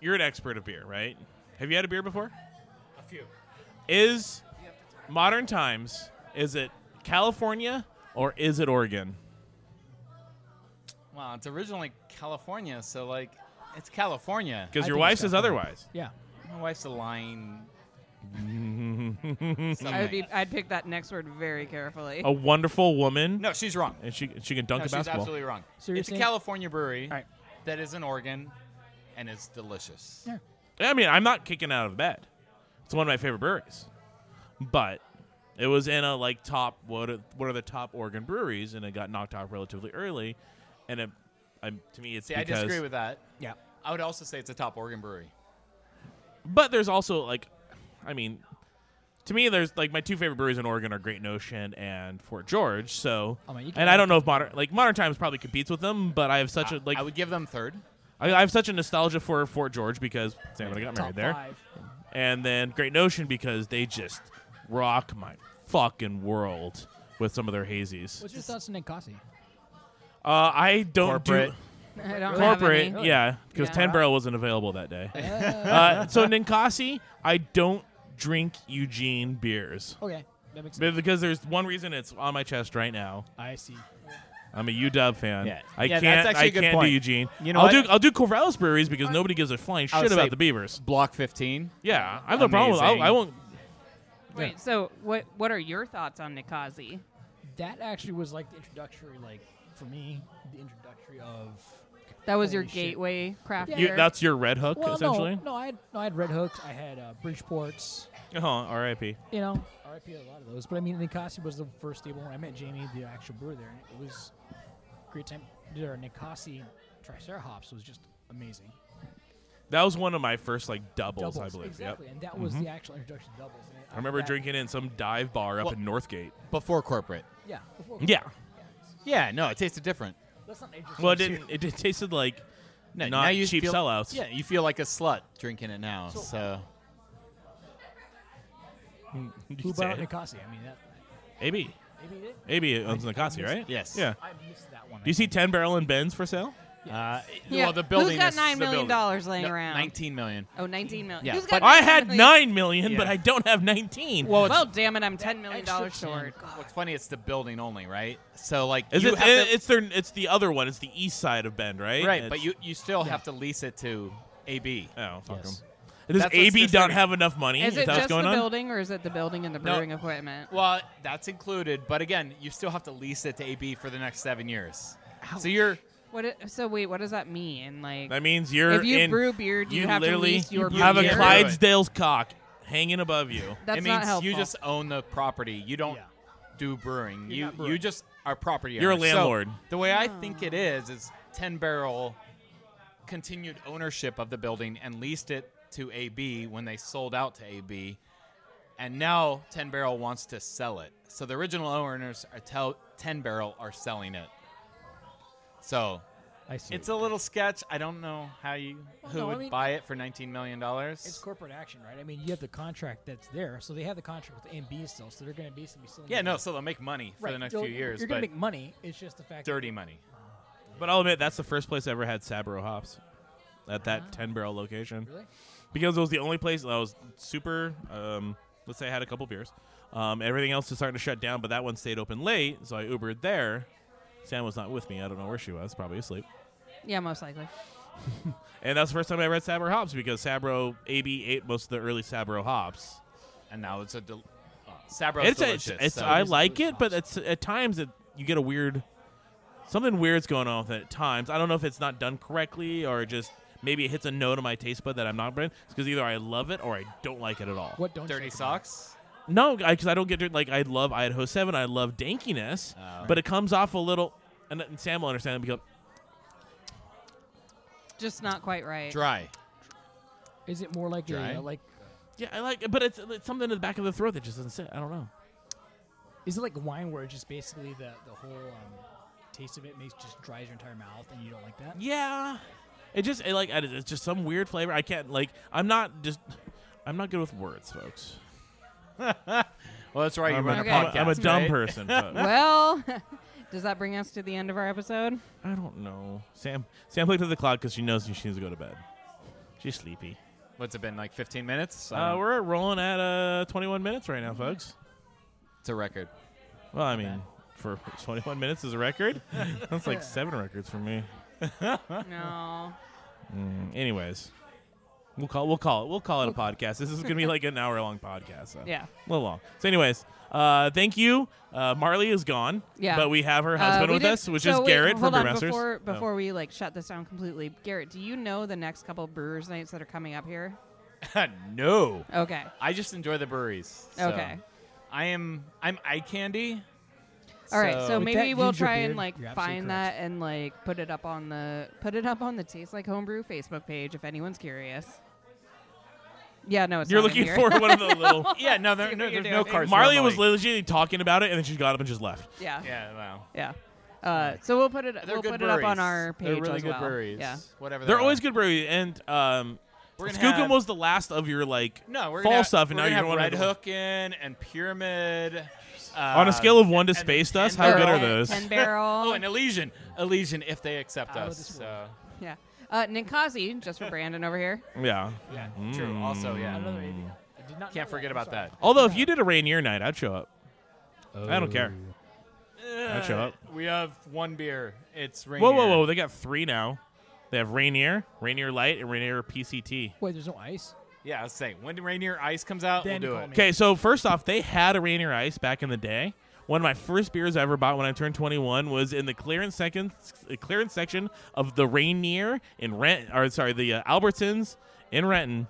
B: you're an expert of beer, right? Have you had a beer before? A few. Is modern times is it California or is it Oregon?
G: Well, it's originally California, so like it's California.
B: Because
E: I
B: your
E: think
B: wife
E: it's
B: says
E: California.
B: otherwise.
E: Yeah.
G: My wife's a lying.
A: I would be. I'd pick that next word very carefully.
B: A wonderful woman.
G: No, she's wrong.
B: And she she can dunk
G: No,
B: a
G: she's
B: basketball.
G: absolutely wrong.
E: So you're
G: it's a
E: saying-
G: California brewery
E: All right.
G: that is in Oregon, and it's delicious.
E: Yeah.
B: I mean, I'm not kicking out of bed. It's one of my favorite breweries, but it was in a like top what are, what are the top Oregon breweries, and it got knocked out relatively early. And it, I, to me, it's
G: See, I
B: because.
G: disagree with that.
E: Yeah.
G: I would also say it's a top Oregon brewery.
B: but there's also like, I mean, to me, there's like my two favorite breweries in Oregon are Great Notion and Fort George. So,
E: Oh, man, you can
B: and I
E: add
B: don't know if modern like Modern Times probably competes with them, but I have such a like
G: I would give them third.
B: I, I have such a nostalgia for Fort George because Sam and I got married
E: Top
B: there.
E: five.
B: and then Great Notion because they just rock my fucking world with some of their hazies.
E: What's your thoughts on Ninkasi?
B: Uh, I don't
G: Corporate.
A: I don't have
B: do
A: any.
E: Oh,
B: corporate, yeah, because
A: Yeah.
B: Ten Barrel wasn't available that day. uh, so Ninkasi, I don't drink Eugene beers
E: Okay, that makes sense.
B: because there's one reason it's on my chest right now.
E: I see.
B: I'm a UW fan.
G: Yeah.
B: I
G: Yeah, that's
B: can't.
G: actually
B: I
G: a good
B: can't
G: point.
B: do Eugene.
G: You know
B: I'll
G: what?
B: do I'll do Corvallis breweries because nobody gives a flying
G: I would
B: shit
G: say-
B: about the Beavers.
G: Block 15.
B: Yeah, I have no problem with. I'll, I
G: Amazing.
B: won't.
A: Wait. So what? What are your thoughts on Nikazi?
E: That actually was like the introductory, like for me, the introductory of.
A: That was your
E: Holy shit.
A: gateway craft
B: You,
A: beer?
B: that's your red hook,
E: Well,
B: essentially.
E: no, no, I had no, I had Red Hooks, I had uh, Bridgeports,
B: Oh, R.I.P.
E: you know, RIP a lot of those. But I mean, Ninkasi was the first stable. I met Jamie, the actual brewer there, and it was a great time. Their Ninkasi Tricera hops was just amazing.
B: That was one of my first like doubles, I believe.
E: exactly,
B: Yep. Mm-hmm.
E: and that was the actual introduction to doubles. And
B: I remember
E: that-
B: drinking in some dive bar up
G: Well-
B: in Northgate.
G: Before corporate.
E: Yeah, before,
B: Yeah.
G: Yeah, no, it tasted different.
E: That's not
B: Well, it didn't. It, did- tasted like
G: No,
B: not
G: now you
B: cheap
G: feel,
B: sellouts.
G: Yeah, you feel like a slut drinking it now. So,
B: you
E: Who
B: could say
E: bought
B: it.
E: Ninkasi? I mean, that
B: AB.
E: maybe it did.
B: AB owns Nakasi, right?
G: yes.
B: Yeah.
E: I missed that one.
B: Do you see Ten Barrel and Ben's for sale?
G: Uh,
A: Yeah.
G: Well, the building
A: Who's got
G: is
A: nine
G: the
A: million
G: building.
A: dollars laying
G: No,
A: around?
G: 19 million.
A: Oh, 19 million.
G: Yeah,
A: Who's
G: but-
A: got
B: I had
A: 19 million?
B: nine million, but
G: Yeah.
B: I don't have nineteen.
G: Well, it's,
A: Well, damn it, I'm 10 million
E: extra
A: dollars
E: 10.
A: short.
G: what's funny, it's the building only, right? So like,
B: is
G: you
B: it?
G: have
B: it-
G: to,
B: it's their. It's the other one. It's the east side of Bend, right?
G: right,
B: It's-
G: but you you still
E: Yeah.
G: have to lease it to AB.
B: Oh, fuck
E: Yes.
B: 'em. Does
G: That's what's
B: AB don't
G: concerning.
B: have enough money?
A: Is
B: if
A: it
B: that's
A: just the
B: going on?
A: building, or is it the building and the
G: No.
A: brewing equipment?
G: Well, that's included, but again, you still have to lease it to AB for the next seven years. So you're
A: What? i- so wait, what does that mean? Like,
B: That means you're
A: if you
B: in.
A: brew beer, do you,
B: you
A: have to
B: literally
A: lease your
G: you
A: brew
B: have a
A: beer?
G: Yeah.
B: Clydesdale's cock hanging above you.
A: That's
G: it
A: not
G: means
A: helpful.
G: you just own the property. You don't
E: Yeah.
G: do brewing.
E: You're
G: you
E: not brewing.
G: you just are property.
B: You're a
G: owners. So
B: landlord.
G: the way I think
E: Oh.
G: it is is ten barrel continued ownership of the building and leased it to AB when they sold out to AB, and now ten barrel wants to sell it. So the original owners are tell ten barrel are selling it. So
E: I see.
G: it's a little sketch. I don't know how you
E: Well,
G: who
E: no, I
G: would
E: mean-
G: buy it for nineteen million dollars.
E: It's corporate action, right? I mean, you have the contract that's there, so they have the contract with A and B still, so they're going to basically be selling.
G: yeah,
E: you
G: no.
E: the-
G: So they'll make money for
E: right.
G: the next
E: you'll-
G: few years,
E: You're
G: but
E: to make money. It's just the fact.
G: dirty money.
B: But I'll admit that's the first place I ever had Sabro hops at that ten barrel location
E: That, really?
B: because it was the only place that was super. Um, let's say I had a couple beers. Um, everything else is starting to shut down, but that one stayed open late, so I Ubered there. Sam was not with me. I don't know where she was. Probably asleep.
A: yeah, most likely.
B: And that's the first time I read Sabro hops because Sabro AB ate most of the early Sabro hops.
G: and now it's a del- uh, Sabro's
B: It's, it's,
G: delicious.
B: it's
G: so-
B: I
E: is
B: like
E: delicious
B: it, but
E: hops.
B: it's at times it, you get a weird something weird's going on with it at times. I don't know if it's not done correctly or just maybe it hits a note on my taste bud that I'm not bringing. It's because either I love it or I don't like it at all.
E: What don't you
G: dirty
E: like about
G: socks.
B: No, because I, don't get it. Like I love Idaho Seven, I love dankiness,
G: Oh.
B: but it comes off a little. And, and Sam will understand that because
A: Just not quite right.
G: Dry.
E: it? Is it more like
G: Dry.
E: a uh, like?
B: yeah, I like. it, But it's, it's something in the back of the throat that just doesn't sit. I don't know.
E: Is it like wine where it's just basically the the whole um, taste of it makes just dries your entire mouth and you don't like that?
B: Yeah, It just it like I- it's just some weird flavor. I can't like I'm not just I'm not good with words, folks.
G: Well, that's right. You
B: I'm,
G: run
B: a-
A: Okay.
G: a
B: I'm a-
G: podcast.
B: I'm a dumb
G: right?
B: person. folks.
A: well, does that bring us to the end of our episode?
B: I don't know. Sam Sam looked at the clock because she knows she needs to go to bed. She's sleepy.
G: What's it been like? 15 minutes. I
B: Uh,
G: don't-
B: we're at rolling at uh 21 minutes right now, folks.
G: it's a record.
B: Well, I mean, for 21 minutes is a record. That's like seven records for me.
A: No.
B: Mm, anyways, we'll call we'll call it we'll call it a podcast. This is gonna be like an hour long podcast. So.
A: Yeah.
B: a little long. So, anyways, uh, thank you. Uh, Marley is gone.
A: Yeah.
B: but we have her
A: Uh,
B: husband
A: we
B: with
A: did-
B: us, which
A: so
B: is
A: wait,
B: Garrett
A: hold
B: from
A: on,
B: Brew Masters.
A: Before,
B: Oh.
A: before we like shut this down completely, Garrett, do you know the next couple brewers nights that are coming up here?
G: no.
A: Okay.
G: I just enjoy the breweries. so.
A: Okay.
G: I am. I'm eye candy.
A: All right. So,
E: With
A: maybe
E: that
A: we'll
E: ginger
A: try
E: beard,
A: and like
E: you're absolutely
A: find that
E: correct.
A: and like put it up on the put it up on the Taste Like Homebrew Facebook page if anyone's curious. Yeah. No. It's
B: You're
A: not in
B: looking
A: here.
B: for one of the little.
G: yeah, no, there,
A: See
G: no
A: what you're
G: there's no
A: doing.
G: cards.
B: Marley
G: normally.
B: was legitimately talking about it, and then she got up and just left.
A: yeah.
G: Yeah, wow.
A: Yeah. Uh, so we'll put it
G: They're
A: we'll
G: good
A: put
G: breweries.
A: it up on our page
G: They're really
A: as
G: good
A: well.
G: breweries.
A: Yeah.
G: Whatever.
B: They're
G: they
B: always
G: are.
B: good breweries, and um,
G: We're gonna
B: Skookum
G: have-
B: was the last of your like
G: No, we're
B: fall
G: gonna have,
B: stuff, and now
G: we're gonna
B: you're
G: have
B: one
G: Red
B: of the-
G: Hook in and Pyramid. Uh,
B: on a scale of one to
G: and-
B: space
G: and
B: dust. How good are
A: Barrel,
B: those?
A: Ten barrel.
G: Oh, and Elysian, Elysian, if they accept
E: Out of Ah,
G: us.
E: this
G: So
A: yeah. Uh, Ninkazi, just for Brandon over here.
B: Yeah. Mm.
G: yeah, true. Also, yeah,
E: Another ABI. Mm-hmm. I did not know
G: can't
E: that.
G: forget
E: I'm
G: about
E: sorry.
G: that.
B: Although if you did a Rainier night, I'd show up. I don't care.
G: I'd
B: show up.
G: We have one beer. It's Rainier.
B: Whoa, whoa, whoa! They got three now. They have Rainier, Rainier Light, and Rainier PCT.
E: Wait, there's no ice.
G: Yeah, I was saying when Rainier Ice comes out,
E: Then
G: we'll do
E: call
G: it.
E: me.
B: Okay, so first off, they had a Rainier Ice back in the day. One of my first beers I ever bought when I turned 21 was in the clearance second uh, clearance section of the Rainier in Rent or sorry, the uh, Albertsons in Renton.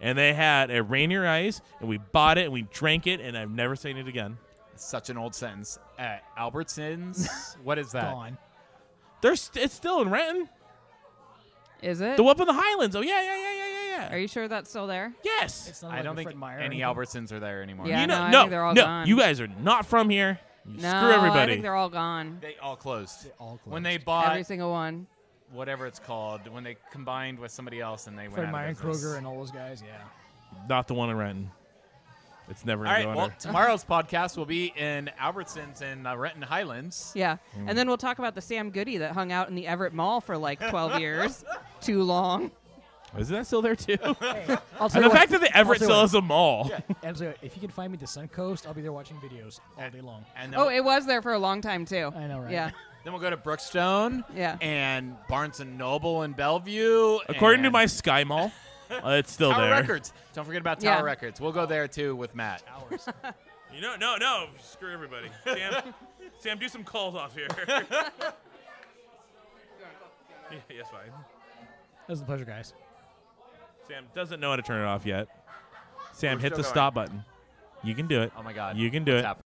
B: And they had a Rainier Ice and we bought it and we drank it and I've never seen it again.
G: Such an old sentence. Uh, Albertsons. what is that?
E: Gone.
B: There's st- it's still in Renton.
A: Is it?
B: The one up in the Highlands. Oh yeah, yeah, yeah, yeah, yeah, yeah.
A: Are you sure that's still there?
B: yes.
E: It's not
G: I
E: like
G: don't
E: a
G: think
E: Fred Meyer or
G: any
E: anything.
G: Albertsons are there anymore.
A: Yeah.
B: you
A: no,
B: know,
A: I
B: no,
A: think they're all
B: no,
A: gone.
B: you guys are not from here. You
A: No,
B: screw
A: I
B: everybody.
A: think they're all gone.
G: They all closed.
E: They all
G: When they
E: closed.
G: bought
A: Every single one.
G: whatever it's called, when they combined with somebody else and they went
E: Fred
G: out
E: Meyer
G: of
E: and
G: business.
E: Kroger and all those guys. Yeah.
B: not the one in Renton. It's never
G: all
B: gonna go
G: right.
B: under.
G: Well, tomorrow's podcast will be in Albertsons in uh, Renton Highlands.
A: Yeah. And then we'll talk about the Sam Goody that hung out in the Everett Mall for like 12 years. Too long.
B: Isn't that still there too? and
E: I'll tell
B: the
E: you what,
B: fact that the Everett
E: I'll tell you
B: still has a
E: what.
B: mall.
E: I'll tell you what, if you can find me to Suncoast, I'll be there watching videos all day long.
G: And then,
A: Oh, it was there for a long time, too.
E: I know, right?
A: Yeah.
G: then we'll go to Brookstone.
A: Yeah.
G: And Barnes and Noble in Bellevue.
B: According to
G: and
B: my Sky Mall, uh, it's still
G: Tower
B: there.
G: Records. Don't forget about Tower
A: Yeah.
G: Records. We'll go there too with Matt.
E: Hours.
B: You know, no, no, screw everybody. Sam, Sam, do some calls off here. yes, fine.
E: That was a pleasure, guys.
B: Sam doesn't know how to turn it off yet. Sam,
G: We're
B: hit the
G: still going.
B: stop button. You can do it.
G: Oh my God.
B: You can do
G: What's
B: it.
G: happening?